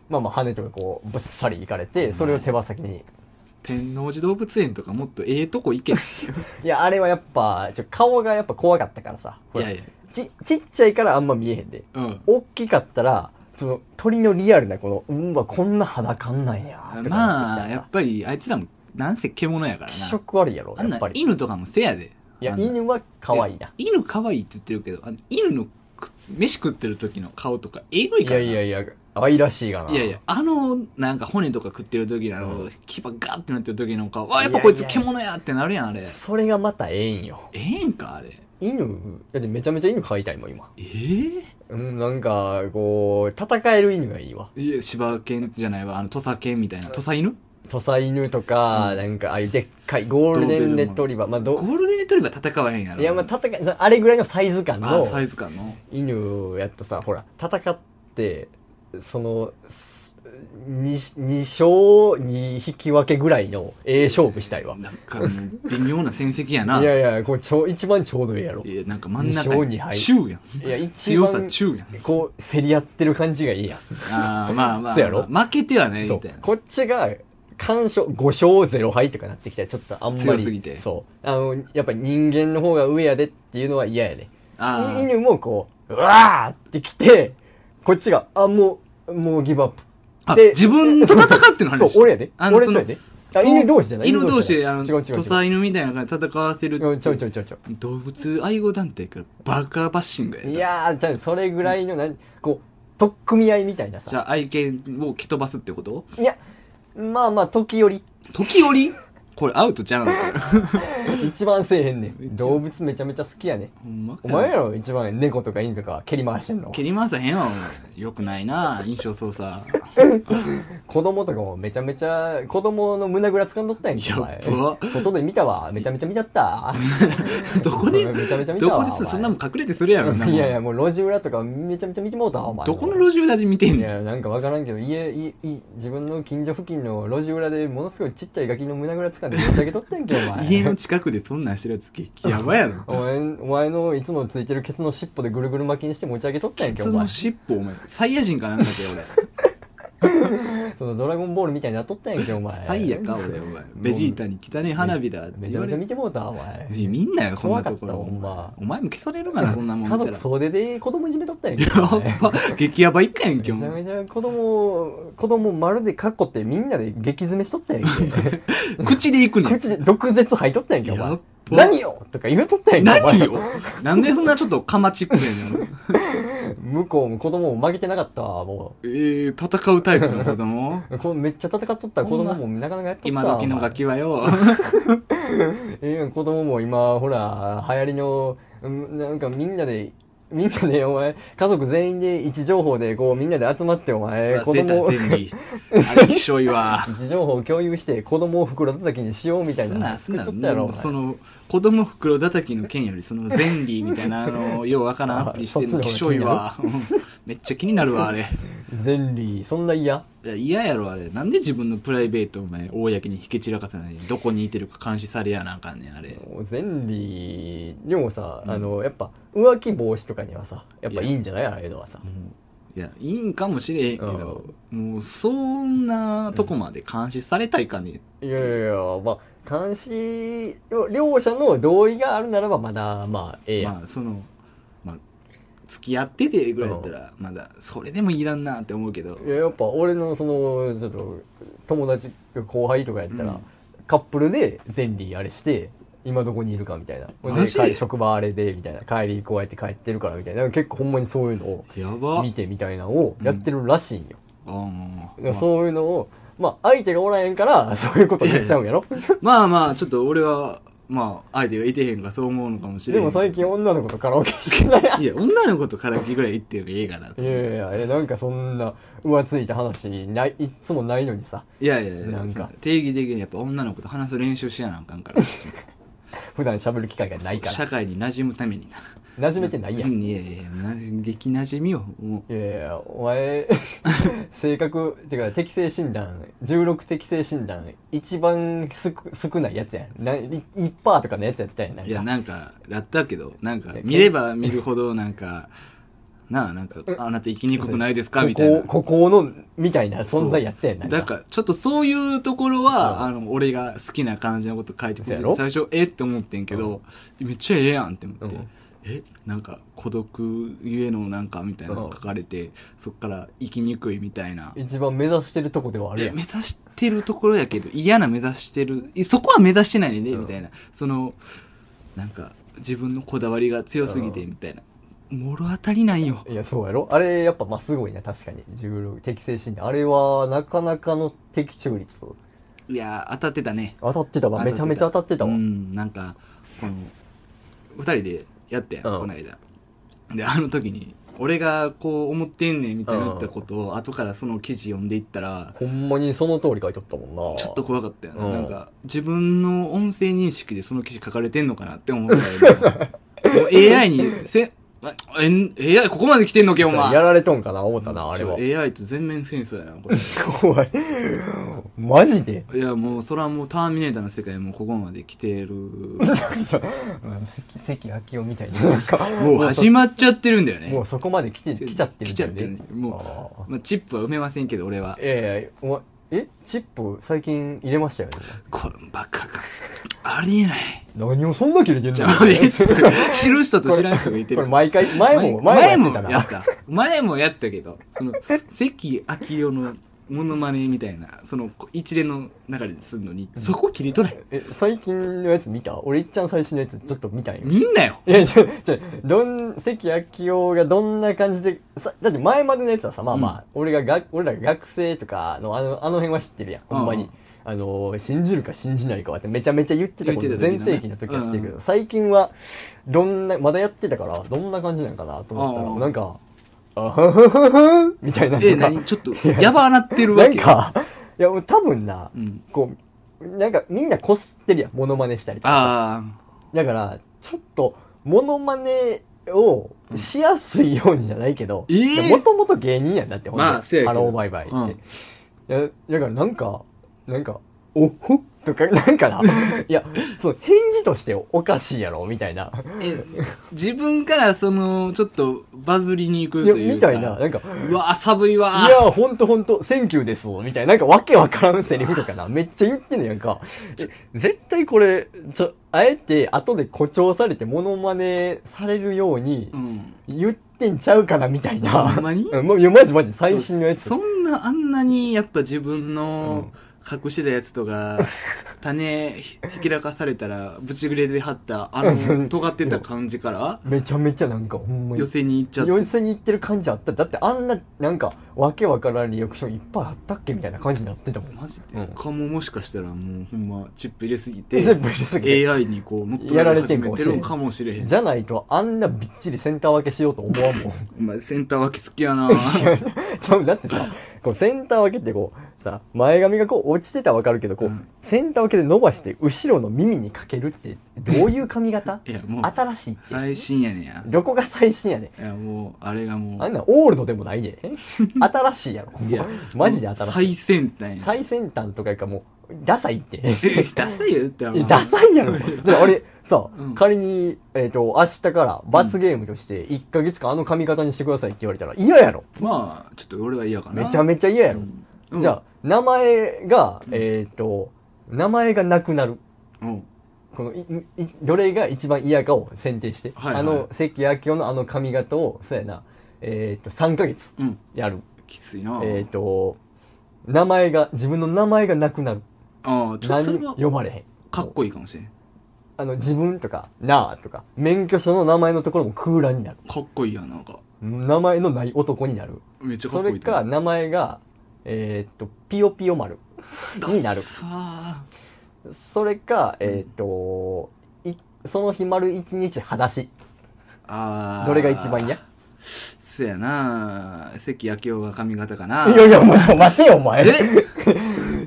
[SPEAKER 1] まあまあ羽とかこう、ぶっさりいかれて、それを手羽先に。
[SPEAKER 2] 天王寺動物園とかもっとええとこ行けい
[SPEAKER 1] いや、あれはやっぱ、ちょ顔がやっぱ怖かったからさ。ほら
[SPEAKER 2] やいや
[SPEAKER 1] ち、ちっちゃいからあんま見えへんで。
[SPEAKER 2] うん
[SPEAKER 1] 大きかったら、その鳥のリアルなこの、うんわ、こんな裸んなんや。
[SPEAKER 2] まあやっ
[SPEAKER 1] ぱ。
[SPEAKER 2] ぱりあいつらもなんせ獣やから
[SPEAKER 1] 気
[SPEAKER 2] な
[SPEAKER 1] 色悪いやろ、
[SPEAKER 2] あ
[SPEAKER 1] や
[SPEAKER 2] んな
[SPEAKER 1] っ
[SPEAKER 2] ん
[SPEAKER 1] ぱり。
[SPEAKER 2] 犬とかもせやで
[SPEAKER 1] いや
[SPEAKER 2] あ、んな
[SPEAKER 1] 犬は可愛いな。
[SPEAKER 2] 犬可愛いって言ってるけどあの犬のく飯食ってる時の顔とかえぐい
[SPEAKER 1] い
[SPEAKER 2] から
[SPEAKER 1] や
[SPEAKER 2] ない
[SPEAKER 1] やいや、愛らしいがな。
[SPEAKER 2] いやいや、あの、なんか骨とか食ってる時の、
[SPEAKER 1] う
[SPEAKER 2] あの
[SPEAKER 1] ん、
[SPEAKER 2] 牙ガーってなってる時の顔、わ、やっぱこいつ獣やってなるやん、あれ。
[SPEAKER 1] それがまたええんよ。
[SPEAKER 2] ええんか、あれ。
[SPEAKER 1] 犬、だってめちゃめちゃ犬飼いたいもん、今。
[SPEAKER 2] ええ
[SPEAKER 1] うん、なんか、こう、戦える犬がいいわ。
[SPEAKER 2] いや、柴犬じゃないわ、あの、土佐犬みたいな。土佐犬
[SPEAKER 1] 土佐犬とか、
[SPEAKER 2] うん
[SPEAKER 1] なんか、ああいうでっかい、ゴールデンレッドリバー。まあ、
[SPEAKER 2] ゴ
[SPEAKER 1] ど、
[SPEAKER 2] ールデンレトリバー戦わへんやろ。
[SPEAKER 1] いや、まあ、戦い、あれぐらいのサイズ感
[SPEAKER 2] あ
[SPEAKER 1] の
[SPEAKER 2] サイズ感の。
[SPEAKER 1] 犬やっとさ、ほら、戦って、その、2, 二勝2引き分けぐらいのええ勝負したいわ。
[SPEAKER 2] なんかもう、微妙な戦績やな。
[SPEAKER 1] い
[SPEAKER 2] いや、
[SPEAKER 1] やいや、こうちょ一番ちょうどいいやろ。い
[SPEAKER 2] なんか真ん中
[SPEAKER 1] 二勝二敗
[SPEAKER 2] 中やん。
[SPEAKER 1] や、一
[SPEAKER 2] 強さ
[SPEAKER 1] 番、
[SPEAKER 2] 中やん。
[SPEAKER 1] こう、競り合ってる感じがいいやん。
[SPEAKER 2] ああ、まあまあ。
[SPEAKER 1] そうやろ
[SPEAKER 2] 負けてはね、
[SPEAKER 1] そ
[SPEAKER 2] み
[SPEAKER 1] う
[SPEAKER 2] たいな。
[SPEAKER 1] こっちが完勝5勝0敗とかなってきたらちょっとあんまり
[SPEAKER 2] 強すぎて
[SPEAKER 1] そうあのやっぱ人間の方が上やでっていうのは嫌やで
[SPEAKER 2] ああ。
[SPEAKER 1] 犬もこううわーってきてこっちがあもうもうギブアップ
[SPEAKER 2] あ
[SPEAKER 1] で
[SPEAKER 2] 自分と戦っての話
[SPEAKER 1] そう俺やで
[SPEAKER 2] あの
[SPEAKER 1] 俺と
[SPEAKER 2] その
[SPEAKER 1] やであ犬同士じゃない
[SPEAKER 2] 犬同士で、あの、
[SPEAKER 1] 違う違う違
[SPEAKER 2] 土
[SPEAKER 1] う
[SPEAKER 2] 佐犬みたいな感じで戦わせる。
[SPEAKER 1] うんちょいちょいちょいちょ
[SPEAKER 2] 動物愛護団体からバカバッシングや
[SPEAKER 1] い
[SPEAKER 2] っ
[SPEAKER 1] い
[SPEAKER 2] た
[SPEAKER 1] やーじゃあそれぐらいのなんこう取っ組み合いみたいな
[SPEAKER 2] じ
[SPEAKER 1] さ
[SPEAKER 2] ゃあ愛犬を蹴飛ばすってこと
[SPEAKER 1] いやまあまあ時折
[SPEAKER 2] 時折これアウトじゃんこれ
[SPEAKER 1] 一番せえへんね
[SPEAKER 2] 一番
[SPEAKER 1] ん動物めちゃめちゃ好きやね
[SPEAKER 2] ほんまか
[SPEAKER 1] お前やろ一番猫とか犬とか蹴り回してんの
[SPEAKER 2] 蹴り回さへんわお前よくないな印象 操作
[SPEAKER 1] 子供とかもめちゃめちゃ子供の胸ぐらつかんどったやんけお前
[SPEAKER 2] やっば
[SPEAKER 1] 外で見たわめちゃめちゃ見ちゃった
[SPEAKER 2] どこで
[SPEAKER 1] めちゃめちゃ見た
[SPEAKER 2] ど
[SPEAKER 1] わ
[SPEAKER 2] こです
[SPEAKER 1] お前
[SPEAKER 2] そんなもん隠れてするやろなもう
[SPEAKER 1] いやいやもう路地裏とかめちゃめちゃ見てもうたわお前
[SPEAKER 2] どこの路地裏で見てん
[SPEAKER 1] い
[SPEAKER 2] ねん
[SPEAKER 1] やなんかわからんけど家いい自分の近所付近の路地裏でものすごいちっちゃいガキの胸ぐらつかんで持ち上げとったやんけお前
[SPEAKER 2] 家の近くでそんなんしてる やつ激やばやろ
[SPEAKER 1] お前お前のいつもついてるケツの尻尾でぐるぐる巻きにして持ち上げとったやんけ
[SPEAKER 2] 普
[SPEAKER 1] お
[SPEAKER 2] 通
[SPEAKER 1] 前
[SPEAKER 2] の尻尾お前サイヤ人かなんだって俺
[SPEAKER 1] そのドラゴンボールみたいになっとったやんけお前
[SPEAKER 2] サイヤか俺お前ベジータに汚い花火だって
[SPEAKER 1] めち
[SPEAKER 2] 言
[SPEAKER 1] ゃめちゃ
[SPEAKER 2] われて
[SPEAKER 1] 見てもうたわお前
[SPEAKER 2] えみんなよそんなところ
[SPEAKER 1] 怖かったほんま
[SPEAKER 2] お前も消されるかなそんなもん
[SPEAKER 1] 家
[SPEAKER 2] 見た
[SPEAKER 1] 族
[SPEAKER 2] ら
[SPEAKER 1] 総出で子供いじめとったやんけ
[SPEAKER 2] や
[SPEAKER 1] お前
[SPEAKER 2] っぱ、激ヤバ一回やん
[SPEAKER 1] めち
[SPEAKER 2] け、
[SPEAKER 1] ゃ
[SPEAKER 2] お前
[SPEAKER 1] めちゃ子供、子供まるでカッコってみんなで激詰めしとったやんけ。
[SPEAKER 2] 口で行くねん。
[SPEAKER 1] 口で毒舌吐いとったやんけ、お
[SPEAKER 2] や
[SPEAKER 1] 前
[SPEAKER 2] っ。ぱ
[SPEAKER 1] 何よとか言うとったやんけ、お前
[SPEAKER 2] 何よなんでそんなちょっとカマチックやね ん。
[SPEAKER 1] 向こうも子供も負けてなかったわ、も
[SPEAKER 2] えー、戦うタイプの 子供
[SPEAKER 1] う。こうめっちゃ戦っとった子供もなかなかやっとった
[SPEAKER 2] 今時のガ
[SPEAKER 1] キ。
[SPEAKER 2] キはよ。
[SPEAKER 1] ええやん子供も今、ほら、流行りの、うんなんかみんなで、みんなで、お前、家族全員で位置情報で、こう、みんなで集まって、お前、 子
[SPEAKER 2] セータ
[SPEAKER 1] 供を、
[SPEAKER 2] ー
[SPEAKER 1] 位
[SPEAKER 2] 全 理。あれ、きしょいわ。
[SPEAKER 1] 置情報を共有して、子供を袋叩きにしようみたい
[SPEAKER 2] す
[SPEAKER 1] な。
[SPEAKER 2] な、すな、
[SPEAKER 1] 作っとったやろお前
[SPEAKER 2] その、子供袋叩きの件より、その、ゼンリーみたいな、あの、ようわからんアプリしてんの、
[SPEAKER 1] あ
[SPEAKER 2] きし
[SPEAKER 1] そ
[SPEAKER 2] ょ
[SPEAKER 1] っち
[SPEAKER 2] い
[SPEAKER 1] の
[SPEAKER 2] わ。
[SPEAKER 1] 方
[SPEAKER 2] うんめっちゃ気になるわ、あれ。
[SPEAKER 1] ゼンリー、そんな嫌
[SPEAKER 2] いや嫌やろ、あれ。なんで自分のプライベート、お前、公に引け散らかさないでどこにいてるか監視されやなあかんねん、あれ。
[SPEAKER 1] ゼンリーでもさ、
[SPEAKER 2] うん
[SPEAKER 1] あのやっぱ浮気防止とかにはさやっぱいいんじゃないああいうのはさ
[SPEAKER 2] もういや、いいんかもしれへんけど、もう、そんなとこまで監視されたいかね。
[SPEAKER 1] いやいやいやまあ監視両者の同意があるならばまだまあええやん、
[SPEAKER 2] まあ、その、まあ、付き合っててぐらいやったら、まだ、それでもいらんなって思うけど、
[SPEAKER 1] いややっぱ俺のそのちょっと友達後輩とかやったら、
[SPEAKER 2] うん
[SPEAKER 1] カップルでゼンリーあれして今どこにいるかみたいなほんで
[SPEAKER 2] マジ
[SPEAKER 1] 帰り職場あれでみたいな帰りこうやって帰ってるからみたいな結構ほんまにそういうのを
[SPEAKER 2] やば。
[SPEAKER 1] 見てみたいなのをやってるらしいんよ、
[SPEAKER 2] ああ
[SPEAKER 1] いや
[SPEAKER 2] まあ
[SPEAKER 1] そういうのを、まあ、相手がおらへんから、 そういうこと言っちゃうんやろ
[SPEAKER 2] まあまあ、ちょっと俺は、まあ、相手がいてへんからそう思うのかもしれ
[SPEAKER 1] で
[SPEAKER 2] へん
[SPEAKER 1] も
[SPEAKER 2] けど。
[SPEAKER 1] 最近女の子とカラオケ行ってない
[SPEAKER 2] いや、女の子とカラオケぐらい行ってるええかな。
[SPEAKER 1] いやいやいや、なんかそんな、浮ついた話ない、いっつもないのにさ、
[SPEAKER 2] いやいやいや
[SPEAKER 1] なんか
[SPEAKER 2] 定義的にやっぱ女の子と話す練習しやなあかんから。
[SPEAKER 1] 普段喋る機会がないから、
[SPEAKER 2] 社会に馴染むためにな。
[SPEAKER 1] 馴染めてないやん。い
[SPEAKER 2] いやいや、な激馴染みよ。も
[SPEAKER 1] やいや、お前、 性格、てか適性診断、16適性診断、一番すく少ないやつやん。な1%パーとかのやつやったやん。な
[SPEAKER 2] う。
[SPEAKER 1] ん
[SPEAKER 2] いや、
[SPEAKER 1] か
[SPEAKER 2] なんか、やったけど、なんか
[SPEAKER 1] いや、
[SPEAKER 2] 見れば見るほど、なんか、 なあ、なんか、あなた生きにくくないですかみたい
[SPEAKER 1] こ
[SPEAKER 2] な。
[SPEAKER 1] こ、ここの、みたいな存在やったやん。なん
[SPEAKER 2] だから、ちょっとそういうところは、あの、俺が好きな感じのこと書いてく
[SPEAKER 1] そ
[SPEAKER 2] れて
[SPEAKER 1] うやろ
[SPEAKER 2] 最初、えって思ってんけど、めっちゃええやんって思って、
[SPEAKER 1] うん
[SPEAKER 2] えなんか、孤独ゆえのなんかみたいなの書かれて、そっから生きにくいみたいな。
[SPEAKER 1] 一番目指してるとこではある
[SPEAKER 2] え
[SPEAKER 1] やん
[SPEAKER 2] 目。指してるところやけど嫌な目指してるいそこは目指してないね、
[SPEAKER 1] うん
[SPEAKER 2] みたいなそのなんか自分のこだわりが強すぎてみたいな物当たりなんよ。
[SPEAKER 1] いや、そうやろあれ、やっぱ、まあ、すごいな、確かに。16、適正診断。あれは、なかなかの的中率。
[SPEAKER 2] いや、当たってたね。
[SPEAKER 1] 当たってたわ。めちゃめちゃ当たってたわ。
[SPEAKER 2] う
[SPEAKER 1] うん。
[SPEAKER 2] ん、なんか、この、二人でやって、ん、
[SPEAKER 1] うん
[SPEAKER 2] この間。で、あの時に、俺がこう思ってんねんみたいな言ったことを、後からその記事読んでいったら、
[SPEAKER 1] ほんまにその通り書いとったもんな。
[SPEAKER 2] ちょっと怖かったよな。
[SPEAKER 1] うん
[SPEAKER 2] なんか、自分の音声認識でその記事書かれてんのかなって思ったよね。 もう AI に、せ、あえん AI ここまで来てんのけ、お
[SPEAKER 1] そう
[SPEAKER 2] 前。
[SPEAKER 1] やられとんかな、思ったな、あれは。
[SPEAKER 2] ちょ AI と全面戦争やな、これ。
[SPEAKER 1] 怖い。マジで
[SPEAKER 2] いや、もう、それはもう、ターミネーターの世界もここまで来てる。
[SPEAKER 1] 関、関明夫みたいになんか。
[SPEAKER 2] もう始まっちゃってるんだよね。
[SPEAKER 1] もうそこまで来て、
[SPEAKER 2] ちょ
[SPEAKER 1] 来ちゃってる
[SPEAKER 2] 来
[SPEAKER 1] ん
[SPEAKER 2] ち
[SPEAKER 1] だ
[SPEAKER 2] ゃっ
[SPEAKER 1] よ
[SPEAKER 2] てるね
[SPEAKER 1] ね。
[SPEAKER 2] もう、まあ、チップは埋めませんけど、俺は。
[SPEAKER 1] ええ、お前えチップ最近入れましたよね。
[SPEAKER 2] これ、バカか。ありえない。
[SPEAKER 1] 何をそんな切れてん
[SPEAKER 2] じ
[SPEAKER 1] の
[SPEAKER 2] ゃあ、知る人と知らん人がいて
[SPEAKER 1] こ
[SPEAKER 2] る
[SPEAKER 1] れ。毎回、前も、前もやってた
[SPEAKER 2] や
[SPEAKER 1] な
[SPEAKER 2] っ。た。前もやったけど、その、関明夫のモノマネみたいな、その、こ一連の流れでするのに、そこ切り取れ。
[SPEAKER 1] え、最近のやつ見た俺いっちゃん最新のやつちょっと見たんよ。
[SPEAKER 2] みんなよ。
[SPEAKER 1] いや、ちょ、ちょ、どん、関明夫がどんな感じで、さ、だって前までのやつはさ、まあまあ、俺がが、俺らが学生とかの、あの、あの辺は知ってるやん、ほんま
[SPEAKER 2] うんうん
[SPEAKER 1] に。あのー、信じるか信じないかはってめちゃめちゃ言ってたこと
[SPEAKER 2] 言ってた時
[SPEAKER 1] 全
[SPEAKER 2] のね
[SPEAKER 1] 盛期の時は知ってるけど、最近は、どんな、まだやってたから、どんな感じなんかなと思った
[SPEAKER 2] う
[SPEAKER 1] ら
[SPEAKER 2] ん、うん
[SPEAKER 1] なんか、あははははみたい なのが。
[SPEAKER 2] え、何ちょっと、やばなってるわ
[SPEAKER 1] なん
[SPEAKER 2] けよ。
[SPEAKER 1] か、いや、多分な
[SPEAKER 2] う、ん。
[SPEAKER 1] こう、なんかみんなこすってるやん、モノマネしたりとか。
[SPEAKER 2] あ
[SPEAKER 1] だから、ちょっと、モノマネをしやすいようにじゃないけど、
[SPEAKER 2] えー
[SPEAKER 1] もともと芸人やんだって、ほんで
[SPEAKER 2] まあせやけど
[SPEAKER 1] ハローバイバイって。
[SPEAKER 2] うん
[SPEAKER 1] いやだからなんか、なんか、おほとか、 なんかな、いや、その返事としておかしいやろ、みたいな。
[SPEAKER 2] あ。え、自分からその、ちょっと、バズりに行く
[SPEAKER 1] いや
[SPEAKER 2] という
[SPEAKER 1] み
[SPEAKER 2] か。
[SPEAKER 1] たいな、なんか、
[SPEAKER 2] うわ、寒いわ。
[SPEAKER 1] いや、ほんとほんと、センキューです、みたいな。なんかわけわからんセリフとか な。めっちゃ言ってんのやんか。え絶対これ、ちょ、あえて後で誇張されてモノマネされるように
[SPEAKER 2] う、ん。
[SPEAKER 1] 言ってんちゃうかな、みたいな。
[SPEAKER 2] ほんまに
[SPEAKER 1] うんもういや、マジマジ、最新のやつ。
[SPEAKER 2] そそんな、あんなに、やっぱ自分の、隠してたやつと か、種、ひひきらかされたら、ぶちぐれで張った、 あの、尖ってた感じから、
[SPEAKER 1] めちゃめちゃなんか、ほんまに
[SPEAKER 2] 寄。せに行っちゃって。
[SPEAKER 1] 寄せに行ってる感じあった。だってあんな、なんか、わけわからんリアクションいっぱいあったっけみたいな感じになってたもん。
[SPEAKER 2] マジ
[SPEAKER 1] う
[SPEAKER 2] で
[SPEAKER 1] ん
[SPEAKER 2] かももしかしたらもう、ほんま、チップ入れすぎて、
[SPEAKER 1] 全部入れすぎて。
[SPEAKER 2] AI にこう、乗っ取られ始めてるんかもしれへん。
[SPEAKER 1] じゃないと、あんなびっちりセンター分けしようと思わん もん。
[SPEAKER 2] お前、センター分け好き やな
[SPEAKER 1] ちゃうだってさ、こうセンター分けってこう、さ、前髪がこう落ちてたらわかるけど、こう、
[SPEAKER 2] うん
[SPEAKER 1] センター分けで伸ばして、後ろの耳にかけるって、どういう髪型
[SPEAKER 2] いや、もう、
[SPEAKER 1] 新しいって。
[SPEAKER 2] 最新やねんや。
[SPEAKER 1] どこが最新やねん
[SPEAKER 2] いや、もう、あれがも
[SPEAKER 1] あん
[SPEAKER 2] う、
[SPEAKER 1] なんオールドでもない で。新しいやろ。
[SPEAKER 2] いや
[SPEAKER 1] マジで新しい。
[SPEAKER 2] 最先端や。
[SPEAKER 1] 最先端とかいうかもう、ダサいって。
[SPEAKER 2] え、ダサいよって、あ
[SPEAKER 1] いやダサいやろ。だから俺、さ、
[SPEAKER 2] うん
[SPEAKER 1] 仮に、えっ、と、明日から罰ゲームとして、1ヶ月間あの髪型にしてくださいって言われたら嫌やろ。
[SPEAKER 2] まあ、ちょっと俺は嫌かな。
[SPEAKER 1] めちゃめちゃ嫌やろ。
[SPEAKER 2] うん
[SPEAKER 1] じゃあ、、名前が、えっ、と、名前がなくなる。
[SPEAKER 2] うん。
[SPEAKER 1] このいいどれが一番嫌かを選定して、
[SPEAKER 2] はいはい
[SPEAKER 1] あの関明夫のあの髪型をそうやな、えっと3ヶ月
[SPEAKER 2] うん。
[SPEAKER 1] やる
[SPEAKER 2] きついな
[SPEAKER 1] えっ、と、名前が、自分の名前がなくなる。
[SPEAKER 2] ああ、ちょっとそれ
[SPEAKER 1] 何
[SPEAKER 2] は
[SPEAKER 1] も、呼ばれへん。
[SPEAKER 2] かっこいいかもしれん。
[SPEAKER 1] あの、自分とか、なあとか、免許証の名前のところも空欄になる。
[SPEAKER 2] かっこいいやんなんか。
[SPEAKER 1] 名前のない男になる。
[SPEAKER 2] めっちゃか
[SPEAKER 1] そ
[SPEAKER 2] っこい
[SPEAKER 1] れ
[SPEAKER 2] いと思
[SPEAKER 1] か、
[SPEAKER 2] う。
[SPEAKER 1] 名前が、えっ、と、ピヨピヨ丸。になる
[SPEAKER 2] ダッサー
[SPEAKER 1] それか、えっ、と、いその日丸一日裸足。
[SPEAKER 2] ああ。
[SPEAKER 1] どれが一番嫌
[SPEAKER 2] そやな関明夫が髪型か
[SPEAKER 1] い
[SPEAKER 2] な
[SPEAKER 1] やいや、もうちょ、待てよ、お前。
[SPEAKER 2] え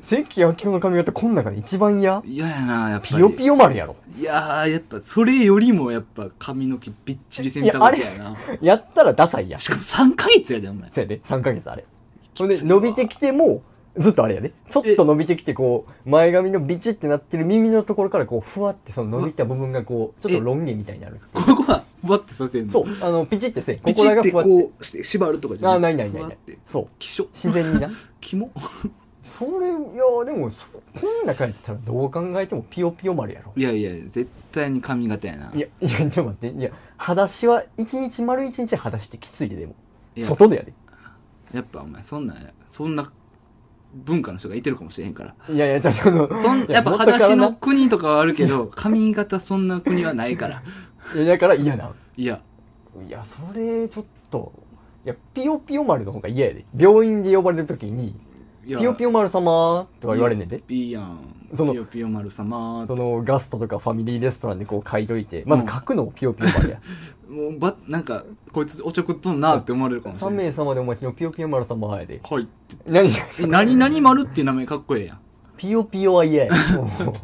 [SPEAKER 1] 関明夫の髪型、こん中で一番嫌
[SPEAKER 2] 嫌やなやっぱり。
[SPEAKER 1] ピヨピヨ丸やろ。
[SPEAKER 2] いやー、やっぱ、それよりもやっぱ髪の毛びっちりセンター分けやな。
[SPEAKER 1] やったらダサいやん。
[SPEAKER 2] しかも3ヶ月やで、お前。
[SPEAKER 1] そうやで、3ヶ月あれ。ほんで、伸びてきても、ずっとあれやで。ちょっと伸びてきて、こう、前髪のビチってなってる耳のところから、こう、ふわって、その伸びた部分が、こう、ちょっとロン毛みたいになる。
[SPEAKER 2] ここは、ふわってさせんの。
[SPEAKER 1] そう。、あの、ピチってせえ、こ
[SPEAKER 2] ピチ
[SPEAKER 1] こら
[SPEAKER 2] っ
[SPEAKER 1] が
[SPEAKER 2] て
[SPEAKER 1] ふわって。
[SPEAKER 2] こうして、縛るとかじゃ
[SPEAKER 1] あ
[SPEAKER 2] な
[SPEAKER 1] あ、
[SPEAKER 2] い
[SPEAKER 1] ないないない
[SPEAKER 2] ふ
[SPEAKER 1] な
[SPEAKER 2] わ
[SPEAKER 1] い
[SPEAKER 2] って。。
[SPEAKER 1] そう。
[SPEAKER 2] 気象。
[SPEAKER 1] 自然にな。
[SPEAKER 2] キモ。
[SPEAKER 1] それ、いや、でも、そこん中やったら、どう考えてもピヨピヨ丸やろ。
[SPEAKER 2] いやいや、絶対に髪型やな。
[SPEAKER 1] いや、いや、ちょっと待って。いや、裸足は、一日丸一日裸足ってきついで、でも。
[SPEAKER 2] いや
[SPEAKER 1] 外でやで。
[SPEAKER 2] やっぱお前そんなそんな文化の人がいてるかもしれへんから
[SPEAKER 1] いやいや、じゃあその、
[SPEAKER 2] そん
[SPEAKER 1] い
[SPEAKER 2] やっぱ
[SPEAKER 1] 元から
[SPEAKER 2] 裸足の
[SPEAKER 1] な
[SPEAKER 2] 国とかはあるけど髪型そんな国はないから
[SPEAKER 1] いや、だから嫌な。
[SPEAKER 2] いや
[SPEAKER 1] いや、それ、ちょっと、いや、ピヨピヨ丸の方が嫌やで。病院で呼ばれるときに、
[SPEAKER 2] い
[SPEAKER 1] ピ
[SPEAKER 2] や
[SPEAKER 1] ヨピヨ丸様とか言われんねんで。
[SPEAKER 2] ピーやん。
[SPEAKER 1] その
[SPEAKER 2] ピヨピヨ丸様。
[SPEAKER 1] そのガストとかファミリーレストランでこう書いといて、まず書くのもピヨピヨ丸 や。
[SPEAKER 2] もうば、なんか、こいつおちょくっとんなって思われるかもし
[SPEAKER 1] 3
[SPEAKER 2] れない。
[SPEAKER 1] 名様でお待ちのピヨピヨ丸様やで。
[SPEAKER 2] はいって。
[SPEAKER 1] 何
[SPEAKER 2] え、何々丸っていう名前かっこええやん。
[SPEAKER 1] ピヨピヨは嫌や。も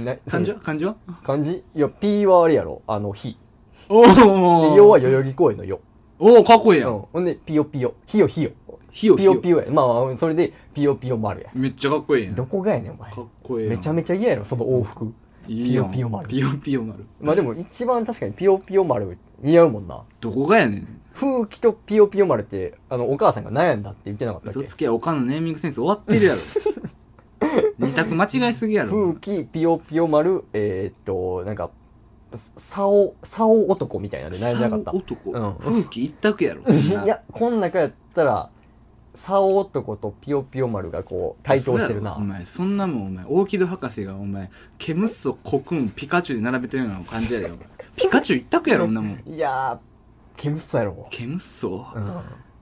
[SPEAKER 1] うな
[SPEAKER 2] 漢字は漢字は
[SPEAKER 1] 漢字いや、ピーはあれやろ。あの、火。
[SPEAKER 2] お
[SPEAKER 1] で
[SPEAKER 2] ー
[SPEAKER 1] ヨは代々木公園のヨ。
[SPEAKER 2] おー、かっこええ
[SPEAKER 1] う
[SPEAKER 2] や
[SPEAKER 1] ん
[SPEAKER 2] ん。。
[SPEAKER 1] ほんで、ピヨピヨ。ヒヨヒヨ。
[SPEAKER 2] ひよ
[SPEAKER 1] ピ
[SPEAKER 2] ひよ
[SPEAKER 1] ヨ。ピヨや。まあまあ、それで、ピヨピヨ丸や。
[SPEAKER 2] めっちゃかっこええやん。か
[SPEAKER 1] ど
[SPEAKER 2] っ
[SPEAKER 1] こがやねん、お前。
[SPEAKER 2] こええやん。
[SPEAKER 1] めちゃめちゃ嫌やろ、その往復。
[SPEAKER 2] いいやん
[SPEAKER 1] ピヨピヨ丸
[SPEAKER 2] ピヨピヨ丸。
[SPEAKER 1] まあでも一番確かにピヨピヨ丸似合うもんな。
[SPEAKER 2] どこがやねん。
[SPEAKER 1] 風紀とピヨピヨ丸って、あの、お母さんが悩んだって言ってなかったっ
[SPEAKER 2] 嘘
[SPEAKER 1] け
[SPEAKER 2] つけや、おかんのネーミングセンス終わってるや ろ。二択間違いすぎや
[SPEAKER 1] 風。
[SPEAKER 2] ろ
[SPEAKER 1] 紀、ピヨピヨ丸、えー、っと、なんか、さお、さお男みたいなんで悩んでなかった
[SPEAKER 2] 竿。男、
[SPEAKER 1] うん
[SPEAKER 2] 風紀一択やろ。
[SPEAKER 1] いや、こん中やったら、さお男とピヨピヨ丸がこう、対等してる
[SPEAKER 2] そうやろお
[SPEAKER 1] な。
[SPEAKER 2] 前、そんなもん、お前、オーキッド博士が、お前、ケムッソ、コクン、ピカチュウで並べてるような感じやよ。ピカチュウ一択やろ、女もん。
[SPEAKER 1] いやー、ケムッソやろ。
[SPEAKER 2] ケムッソ、
[SPEAKER 1] う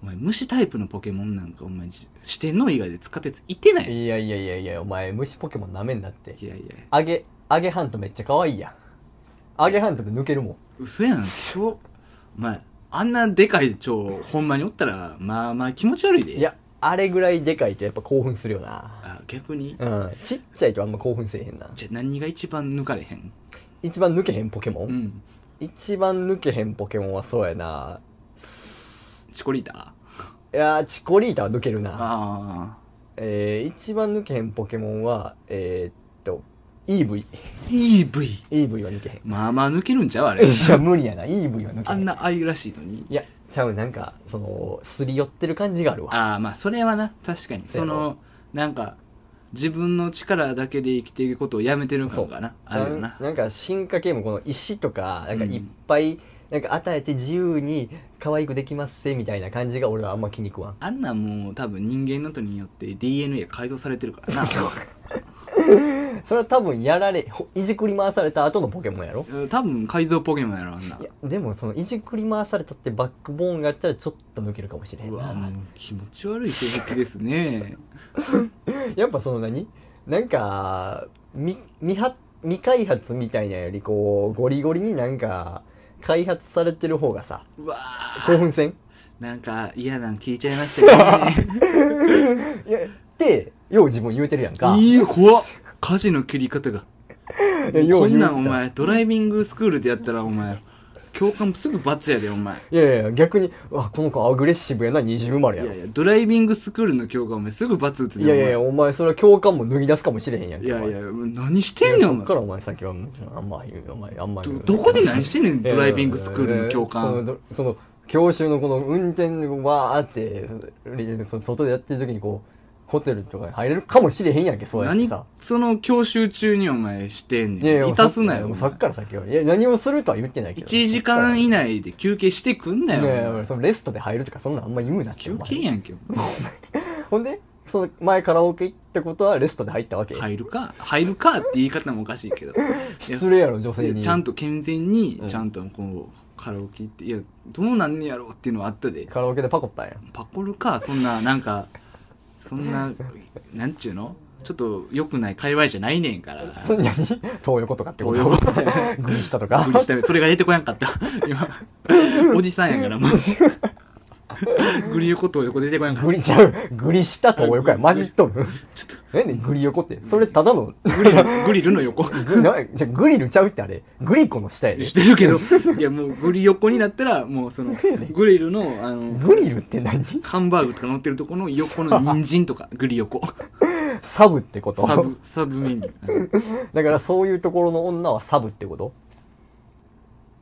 [SPEAKER 2] お前、虫タイプのポケモンなんか、お前、し四天王以外で使ってついてない。
[SPEAKER 1] ん。いやいやいやいや、お前、虫ポケモン舐めんなって。
[SPEAKER 2] いやいや、
[SPEAKER 1] アゲ、アゲハントめっちゃ可愛いやん。アゲハントって抜けるもん。
[SPEAKER 2] 嘘やん、超、お前、あんなでかい蝶、ほんまにおったら、まあまあ気持ち悪いで。
[SPEAKER 1] いや、あれぐらいでかいとやっぱ興奮するよな。
[SPEAKER 2] あ、逆に、
[SPEAKER 1] うん。ちっちゃいとあんま興奮せえへんな。
[SPEAKER 2] じゃ、何が一番抜かれへん
[SPEAKER 1] 一番抜けへんポケモン、
[SPEAKER 2] うん。
[SPEAKER 1] 一番抜けへんポケモンはそうやな。
[SPEAKER 2] チコリータ
[SPEAKER 1] いやー、チコリータは抜けるな。
[SPEAKER 2] ああ。
[SPEAKER 1] えー、一番抜けへんポケモンは、えー、っと、EV。
[SPEAKER 2] EV。
[SPEAKER 1] EV は抜けへん。
[SPEAKER 2] まあまあ抜けるんちゃう あれ。
[SPEAKER 1] いや、無理やな。EV は抜け
[SPEAKER 2] あ
[SPEAKER 1] へ
[SPEAKER 2] ん
[SPEAKER 1] ん。
[SPEAKER 2] な愛らしいのに。
[SPEAKER 1] いや、ちゃう、なんか、その、すり寄ってる感じがあるわ。
[SPEAKER 2] ああ、まあそれはな、確かに。
[SPEAKER 1] そう
[SPEAKER 2] そ
[SPEAKER 1] やろ
[SPEAKER 2] の、なんか、自分の力だけで生きていくことをやめてる感がな、あるよ
[SPEAKER 1] な
[SPEAKER 2] な。
[SPEAKER 1] んか進化系もこの石とかなんか
[SPEAKER 2] うん
[SPEAKER 1] いっぱいなんか与えて自由に可愛くできますせみたいな感じが俺はあんま気に食わん
[SPEAKER 2] あんなんもう多分人間のとによって DNA が改造されてる からな。
[SPEAKER 1] それは多分やられほいじくり回された後のポケモンやろ。
[SPEAKER 2] うん多分改造ポケモンやろ、あんない
[SPEAKER 1] やでもそのいじくり回されたってバックボーンがあったらちょっと抜けるかもしれへん
[SPEAKER 2] うわ、も
[SPEAKER 1] な
[SPEAKER 2] う気持ち悪い気づきですね。
[SPEAKER 1] やっぱその何なんか未未発未開発みたいなよりこうゴリゴリになんか開発されてる方がさ
[SPEAKER 2] うわー
[SPEAKER 1] 興奮せん
[SPEAKER 2] なんか嫌なん聞いちゃいました ね。
[SPEAKER 1] いやってよう自分言うてるやんか
[SPEAKER 2] いいよ怖っ火事の切り方が
[SPEAKER 1] いやよ
[SPEAKER 2] こ
[SPEAKER 1] うん言うて
[SPEAKER 2] な
[SPEAKER 1] た
[SPEAKER 2] んお前ドライビングスクールでやったらお前教官すぐ罰やでお前
[SPEAKER 1] いやいや、逆に、うわ、この子アグレッシブやな、二重生まれや
[SPEAKER 2] い
[SPEAKER 1] ろ。
[SPEAKER 2] や
[SPEAKER 1] い
[SPEAKER 2] いやドライビングスクールの教官お前すぐ罰打つで
[SPEAKER 1] やいやいや、お前、それは教官も脱ぎ出すかもしれへんやん
[SPEAKER 2] お
[SPEAKER 1] け。
[SPEAKER 2] 前い
[SPEAKER 1] お
[SPEAKER 2] や
[SPEAKER 1] 前
[SPEAKER 2] いや何してんねんお
[SPEAKER 1] そっか
[SPEAKER 2] 前
[SPEAKER 1] らお前先は、うんあんま言う、お前、あんま言
[SPEAKER 2] ど
[SPEAKER 1] う。
[SPEAKER 2] どこで何してんねん
[SPEAKER 1] いやいや
[SPEAKER 2] ドライビングスクールの教
[SPEAKER 1] その
[SPEAKER 2] 官
[SPEAKER 1] ど、その、教習のこの運転をわーって、その外でやってる時にこう、ホテルとかに入れるかもしれへんやんけ、そうやって
[SPEAKER 2] 何
[SPEAKER 1] さ。
[SPEAKER 2] その教習中にお前してん
[SPEAKER 1] いやい
[SPEAKER 2] ね
[SPEAKER 1] や、
[SPEAKER 2] んいたすな
[SPEAKER 1] も
[SPEAKER 2] よ
[SPEAKER 1] うさっから先は。いや、何をするとは言ってないけど。
[SPEAKER 2] 1時間以
[SPEAKER 1] 内
[SPEAKER 2] 内で休憩してくんな
[SPEAKER 1] だよ。いやいや
[SPEAKER 2] よお
[SPEAKER 1] い
[SPEAKER 2] 前
[SPEAKER 1] や、そのレストで入るとか、そんなんあんま言うなって。お
[SPEAKER 2] 休
[SPEAKER 1] 前
[SPEAKER 2] 憩やんけお
[SPEAKER 1] ほんで、その前カラオケ行ったことはレストで入ったわけ
[SPEAKER 2] 前入るか入るかって言い方もおかしいけど
[SPEAKER 1] 失礼やろ女性
[SPEAKER 2] で
[SPEAKER 1] に
[SPEAKER 2] ちゃんと健全に
[SPEAKER 1] うん
[SPEAKER 2] ちゃんとこうカラオケ行っていやどうなんねやろうっていうのはあったで
[SPEAKER 1] カラオケでパコったんや
[SPEAKER 2] パコルかそんななんかそんななんちゅうのちょっと良くない界隈じゃないねんから
[SPEAKER 1] そんなに 東横とかってこと
[SPEAKER 2] 東横と
[SPEAKER 1] グリしたとか
[SPEAKER 2] 無理したそれが出てこやんかった今おじさんやからもうグリ横と横出てこやんかっ
[SPEAKER 1] グリちゃうグリした東横や混じっとる
[SPEAKER 2] たちょっ
[SPEAKER 1] 何でグリ横ってそれただの
[SPEAKER 2] とグリルグリルの横
[SPEAKER 1] グなじゃグリルちゃうってあれグリコの下やで
[SPEAKER 2] してるけどいやもうグリ横になったらもうそのグリルのあの
[SPEAKER 1] グリルって何
[SPEAKER 2] ハンバーグとか乗ってるとこの横の人参とかグリ横
[SPEAKER 1] サブってこと
[SPEAKER 2] サブ、サブメニュー。
[SPEAKER 1] だからそういうところの女はサブってこと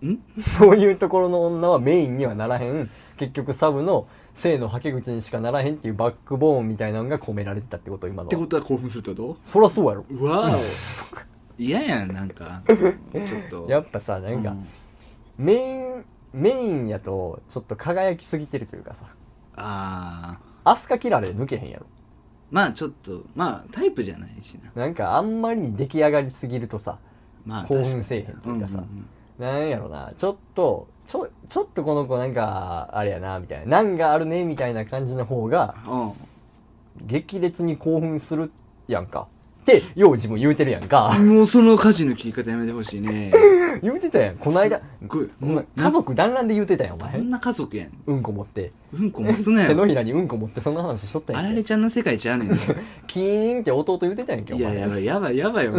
[SPEAKER 2] ん
[SPEAKER 1] そういうところの女はメインにはならへん結局サブの性のはけ口にしかならへんっていうバックボーンみたいなのが込められてたってこと今の
[SPEAKER 2] ってことは興奮するってこ
[SPEAKER 1] そらそうやろ
[SPEAKER 2] とうわーお。嫌やん、なんか。ちょっと。
[SPEAKER 1] やっぱさなんか、
[SPEAKER 2] う
[SPEAKER 1] メインメインやとちょっと輝きすぎてるというかさ
[SPEAKER 2] あー。
[SPEAKER 1] アスカキラレ抜けへんやろ
[SPEAKER 2] まあちょっと、まあタイプじゃないしな。
[SPEAKER 1] なんかあんまりに出来上がりすぎるとさ
[SPEAKER 2] まあ
[SPEAKER 1] 興奮
[SPEAKER 2] 確かに
[SPEAKER 1] せえへんっていうかさ
[SPEAKER 2] うんうんうん
[SPEAKER 1] なんやろなちょっとちょ、ちょっとこの子なんか、あれやな、みたいな。なんがあるね、みたいな感じの方が、
[SPEAKER 2] うん
[SPEAKER 1] 激烈に興奮するやんか。って、よう自分言うてるやんか。
[SPEAKER 2] もうその火事の切り方やめてほしいね。
[SPEAKER 1] 言うてたやん。こないだ、
[SPEAKER 2] すっごい。
[SPEAKER 1] お
[SPEAKER 2] も
[SPEAKER 1] 前
[SPEAKER 2] う、
[SPEAKER 1] 家
[SPEAKER 2] な
[SPEAKER 1] 族団らんで言うてたやん、お
[SPEAKER 2] こ
[SPEAKER 1] 前
[SPEAKER 2] ん。な家族やん。
[SPEAKER 1] うんこ持って。
[SPEAKER 2] うんこ持つな
[SPEAKER 1] 手の
[SPEAKER 2] よ。
[SPEAKER 1] ひらにうんこ持ってそんな話しとったや
[SPEAKER 2] あ
[SPEAKER 1] んけ。
[SPEAKER 2] られちゃんの世界ち ゃうねん。い
[SPEAKER 1] キーンって弟言うてたやんけ、お
[SPEAKER 2] や、
[SPEAKER 1] 前。
[SPEAKER 2] やばい、やばい、や ばいよ。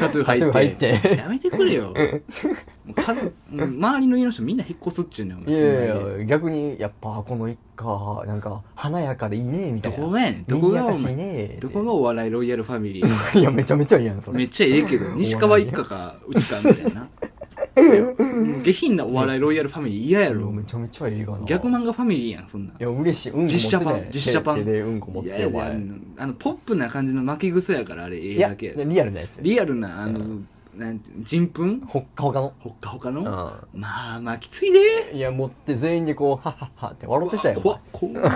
[SPEAKER 2] タトゥー入って。
[SPEAKER 1] タトゥー入って
[SPEAKER 2] やめてくれよ。もう家族、もう周りの家の人みんな引っ越すっちゅうねん、お
[SPEAKER 1] い
[SPEAKER 2] 前。
[SPEAKER 1] やいやいや、逆に、やっぱ、この一家、なんか、華やかでいいね、みた
[SPEAKER 2] ど
[SPEAKER 1] いな。
[SPEAKER 2] こがやねん。どこが
[SPEAKER 1] 賑
[SPEAKER 2] お
[SPEAKER 1] やかし
[SPEAKER 2] 前。
[SPEAKER 1] ねって
[SPEAKER 2] どこがお笑いロイヤルファミリ ー。
[SPEAKER 1] いや、めちゃめちゃいいやん、それ。
[SPEAKER 2] めっちゃええけど、西川一家か、うちか、みたいな。いやもう下品なお笑いロイヤルファミリー嫌やろ
[SPEAKER 1] め。ちゃめちゃいいかな。
[SPEAKER 2] 逆漫画ファミリーやん、そんな
[SPEAKER 1] い。
[SPEAKER 2] ん
[SPEAKER 1] や、嬉しい。うんこ持って
[SPEAKER 2] 実写版
[SPEAKER 1] たやん
[SPEAKER 2] 実写版
[SPEAKER 1] 手手でうんこ持っ
[SPEAKER 2] いや
[SPEAKER 1] て、
[SPEAKER 2] や
[SPEAKER 1] お
[SPEAKER 2] であ
[SPEAKER 1] 前。
[SPEAKER 2] のあのポップな感じの巻き癖やからあれえ
[SPEAKER 1] い
[SPEAKER 2] え
[SPEAKER 1] や
[SPEAKER 2] だけや、
[SPEAKER 1] リアルなやつ。
[SPEAKER 2] リアルなあのなんて人糞
[SPEAKER 1] ほっかほかの。
[SPEAKER 2] ほっかほかの、
[SPEAKER 1] う
[SPEAKER 2] まあまあきついで
[SPEAKER 1] ん。いや、持って全員でこう、はっはっはって笑ってたよ。
[SPEAKER 2] 怖っ怖っ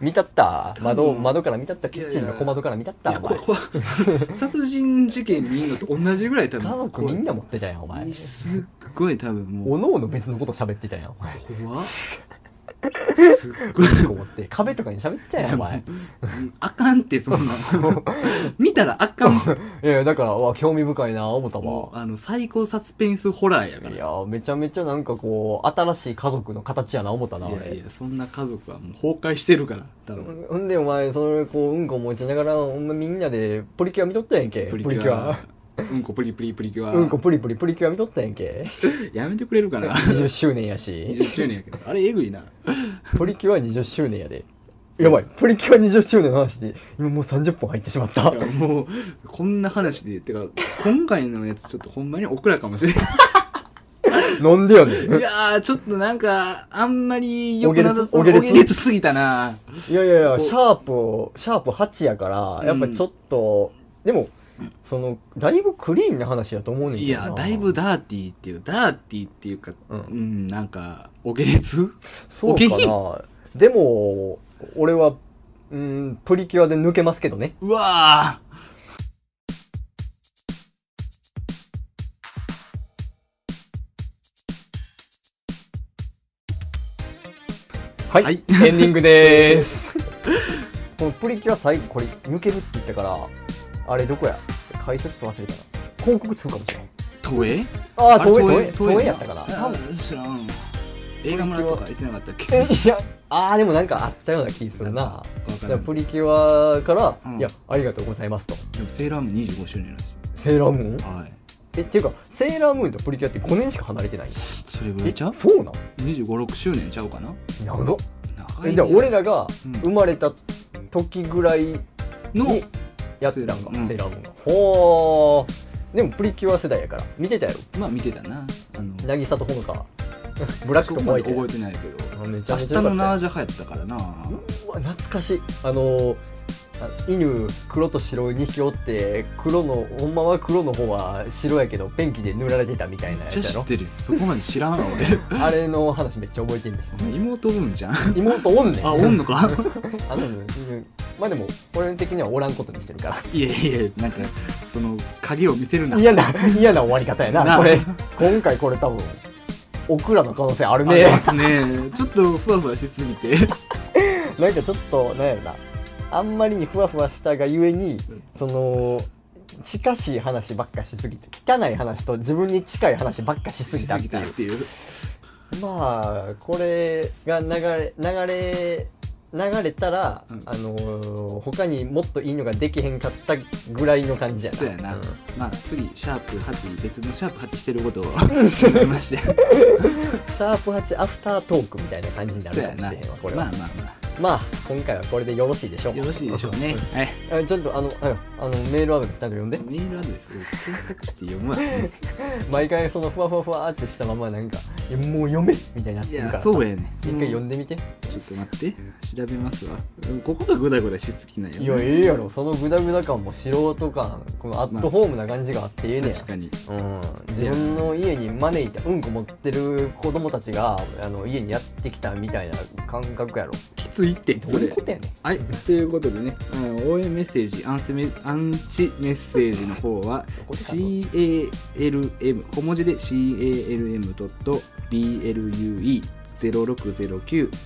[SPEAKER 1] 見たった。
[SPEAKER 2] 多分
[SPEAKER 1] 窓、窓から見たった。キ
[SPEAKER 2] いやい
[SPEAKER 1] ッ
[SPEAKER 2] や
[SPEAKER 1] チンの小窓から見たっ
[SPEAKER 2] い
[SPEAKER 1] た。
[SPEAKER 2] や
[SPEAKER 1] お
[SPEAKER 2] 怖
[SPEAKER 1] 前
[SPEAKER 2] っ怖っ殺人事件見んのと同じぐらい多分
[SPEAKER 1] 家族みんな持ってたやん、お
[SPEAKER 2] 怖
[SPEAKER 1] 前
[SPEAKER 2] い。すっごい多分も
[SPEAKER 1] お
[SPEAKER 2] う
[SPEAKER 1] のおの別のこと喋ってたやん、お前。
[SPEAKER 2] 怖っすっごい
[SPEAKER 1] うんこ持って。壁とかに喋ってたやん、お前。
[SPEAKER 2] うんあかんって そんなん見たらあかん
[SPEAKER 1] いや、だから、うわ、興味深いな、思った
[SPEAKER 2] も
[SPEAKER 1] わ
[SPEAKER 2] う。あの最高サスペンスホラーやか
[SPEAKER 1] い
[SPEAKER 2] ら
[SPEAKER 1] や、めちゃめちゃなんかこう、新しい家族の形やな、思ったな、
[SPEAKER 2] いや
[SPEAKER 1] 俺
[SPEAKER 2] い。やそんな家族はもう崩壊してるから多分
[SPEAKER 1] ほんでお前それこううんこ持ちながらほんまみんなでプリキュア見とったやんけ
[SPEAKER 2] プリキュア。うんこプリプリプリキュア。
[SPEAKER 1] うんこプリプリプリキュア見とったやん け
[SPEAKER 2] やめてくれるかな
[SPEAKER 1] 20周年やし
[SPEAKER 2] 20周年やけど。あれ、えぐいな。
[SPEAKER 1] プリキュア20周年やでやばいプリキュア20周年の話で今もう30本入ってしまった
[SPEAKER 2] いやもう、こんな話で、てか、今回のやつちょっとほんまにオクラかもしれ な
[SPEAKER 1] なんでやねん
[SPEAKER 2] い。いやー、ちょっとなんか、あんまり良
[SPEAKER 1] おげ
[SPEAKER 2] く
[SPEAKER 1] れ
[SPEAKER 2] な
[SPEAKER 1] つ
[SPEAKER 2] さそう。
[SPEAKER 1] おげれつ
[SPEAKER 2] おげれつすぎたな。
[SPEAKER 1] いやいやいや
[SPEAKER 2] こう
[SPEAKER 1] シャープをシャープ8やからやっぱちょっと、でもそのだいぶクリーンな話やと思うねん
[SPEAKER 2] い
[SPEAKER 1] けどな
[SPEAKER 2] や、だいぶダーティーっていう、ダーティーっていうか、
[SPEAKER 1] う
[SPEAKER 2] うんん、なんか、おげれつ
[SPEAKER 1] そう
[SPEAKER 2] お下品
[SPEAKER 1] かなでも俺はうんプリキュアで抜けますけどね
[SPEAKER 2] うわー。
[SPEAKER 1] はい、
[SPEAKER 2] はい
[SPEAKER 1] エンディングでーす。 このプリキュア最後、これ抜けるって言ったから、あれどこや会社ちょっと忘れたな。広告つくかもしれない。
[SPEAKER 2] 東映
[SPEAKER 1] ああ、東映、東映、東映やったかな。多分
[SPEAKER 2] 知らん。映画村とか行ってなかったっけ
[SPEAKER 1] えいや、ああ、でもなんかあったような気するな。
[SPEAKER 2] わか
[SPEAKER 1] だ
[SPEAKER 2] ら
[SPEAKER 1] から
[SPEAKER 2] ん
[SPEAKER 1] プリキュアから、
[SPEAKER 2] うん
[SPEAKER 1] いや、ありがとうございますと。
[SPEAKER 2] でもセーラームーン25周年らし
[SPEAKER 1] セーラームーン
[SPEAKER 2] い。はい。
[SPEAKER 1] え、っていうか、セーラームーンとプリキュアって5年しか離れてないの
[SPEAKER 2] それぐら
[SPEAKER 1] え
[SPEAKER 2] いちゃう
[SPEAKER 1] そうなん
[SPEAKER 2] ?25、6周年ちゃうかな
[SPEAKER 1] 長っ。
[SPEAKER 2] 長い
[SPEAKER 1] え
[SPEAKER 2] ね
[SPEAKER 1] じゃあ、俺らが
[SPEAKER 2] うん
[SPEAKER 1] 生まれた時ぐらい
[SPEAKER 2] の、
[SPEAKER 1] にやってたんか
[SPEAKER 2] うん
[SPEAKER 1] セーラームーンがほーでもプリキュア世代やから見てたやろ
[SPEAKER 2] まあ見てたな。あの、
[SPEAKER 1] 渚とほの かブラックと
[SPEAKER 2] そこ
[SPEAKER 1] ホ
[SPEAKER 2] ま
[SPEAKER 1] ワ
[SPEAKER 2] で
[SPEAKER 1] イト
[SPEAKER 2] 覚えてないけど。
[SPEAKER 1] あめちゃ
[SPEAKER 2] 明
[SPEAKER 1] め
[SPEAKER 2] 日
[SPEAKER 1] ちゃ良かった
[SPEAKER 2] のナー
[SPEAKER 1] よ
[SPEAKER 2] ジャ流行ったからな。
[SPEAKER 1] うわ懐かしいあのーあ犬黒と白2匹おって黒のほんまは黒の方は白やけどペンキで塗られてたみたいな
[SPEAKER 2] め
[SPEAKER 1] や
[SPEAKER 2] っ
[SPEAKER 1] つ
[SPEAKER 2] ちゃ
[SPEAKER 1] や
[SPEAKER 2] 知
[SPEAKER 1] ろ
[SPEAKER 2] ってるよ。そこまで知らんわ、 俺。
[SPEAKER 1] あれの話めっちゃ覚えてんね ん
[SPEAKER 2] お前妹おるんじ ゃん。
[SPEAKER 1] 妹おんねん
[SPEAKER 2] あ、おんのか
[SPEAKER 1] あの犬まあでも俺的にはおらんことにしてるか
[SPEAKER 2] いやいや、なんか、その、影を見せるな
[SPEAKER 1] ら。 嫌な嫌な終わり方やな
[SPEAKER 2] な
[SPEAKER 1] これ今回これ多分オクラの可能性ある
[SPEAKER 2] あり
[SPEAKER 1] ね
[SPEAKER 2] ますね。ちょっとふわふわしすぎて。
[SPEAKER 1] なんかちょっと、なんやろな。あんまりにふわふわしたがゆえに
[SPEAKER 2] うん、
[SPEAKER 1] その、近しい話ばっかしすぎて、汚い話と自分に近い話ばっかしすぎ
[SPEAKER 2] した
[SPEAKER 1] み
[SPEAKER 2] すぎ
[SPEAKER 1] た
[SPEAKER 2] た
[SPEAKER 1] い
[SPEAKER 2] っ
[SPEAKER 1] な。
[SPEAKER 2] ていう。
[SPEAKER 1] まあ、これが流れ、流れ、流れたら、
[SPEAKER 2] うん
[SPEAKER 1] あのー他にもっといいのができへんかったぐらいの感じやな。
[SPEAKER 2] そうやな。
[SPEAKER 1] ん
[SPEAKER 2] まあ次、シャープ8、別のシャープ8してることを聞きまして。
[SPEAKER 1] シャープ8アフタートークみたいな感じにな
[SPEAKER 2] そ
[SPEAKER 1] るか
[SPEAKER 2] うや
[SPEAKER 1] も
[SPEAKER 2] な。
[SPEAKER 1] しれへんわ、これは。
[SPEAKER 2] まあまあまあ。
[SPEAKER 1] まあ、今回はこれでよろしいでしょうか
[SPEAKER 2] よろしいでしょうね。はい。
[SPEAKER 1] あちょっとあの、あの、メールアドレスちゃんと読んで。
[SPEAKER 2] メールアドレスを検索して読むわ。い
[SPEAKER 1] 毎回そのふわふわふわってしたままなんか「いやもう読め!」みたいになってるから
[SPEAKER 2] や、
[SPEAKER 1] さ
[SPEAKER 2] そうやね。
[SPEAKER 1] 一回読んでみて、
[SPEAKER 2] ちょっと待って。調べますわ。ここがぐだぐだしつきなん
[SPEAKER 1] いや
[SPEAKER 2] よ、ね。
[SPEAKER 1] ええやろそのグダグダ感も素人感このアットホームな感じがあってええねや
[SPEAKER 2] 確かに。
[SPEAKER 1] うん、自分の家に招いたうんこ持ってる子供たちがあの家にやってきたみたいな感覚やろ
[SPEAKER 2] きついって
[SPEAKER 1] どういうことやねん
[SPEAKER 2] はい、ということでね、うん応援メッセージアンセメ、アンチメッセージの方は、
[SPEAKER 1] こで買う
[SPEAKER 2] CALM、小文字で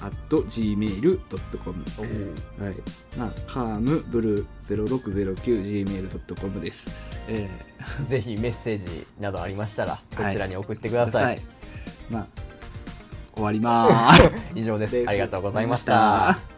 [SPEAKER 2] calm.blue0609.gmail.com。
[SPEAKER 1] おう
[SPEAKER 2] はい、まあ、カームブルー 0609gmail.com です。え
[SPEAKER 1] ぜひメッセージなどありましたらこ
[SPEAKER 2] はい
[SPEAKER 1] ちらに送ってく
[SPEAKER 2] ー
[SPEAKER 1] ださい、。
[SPEAKER 2] まあ、終わりまーす。
[SPEAKER 1] 以上です
[SPEAKER 2] で
[SPEAKER 1] ありがとうございました。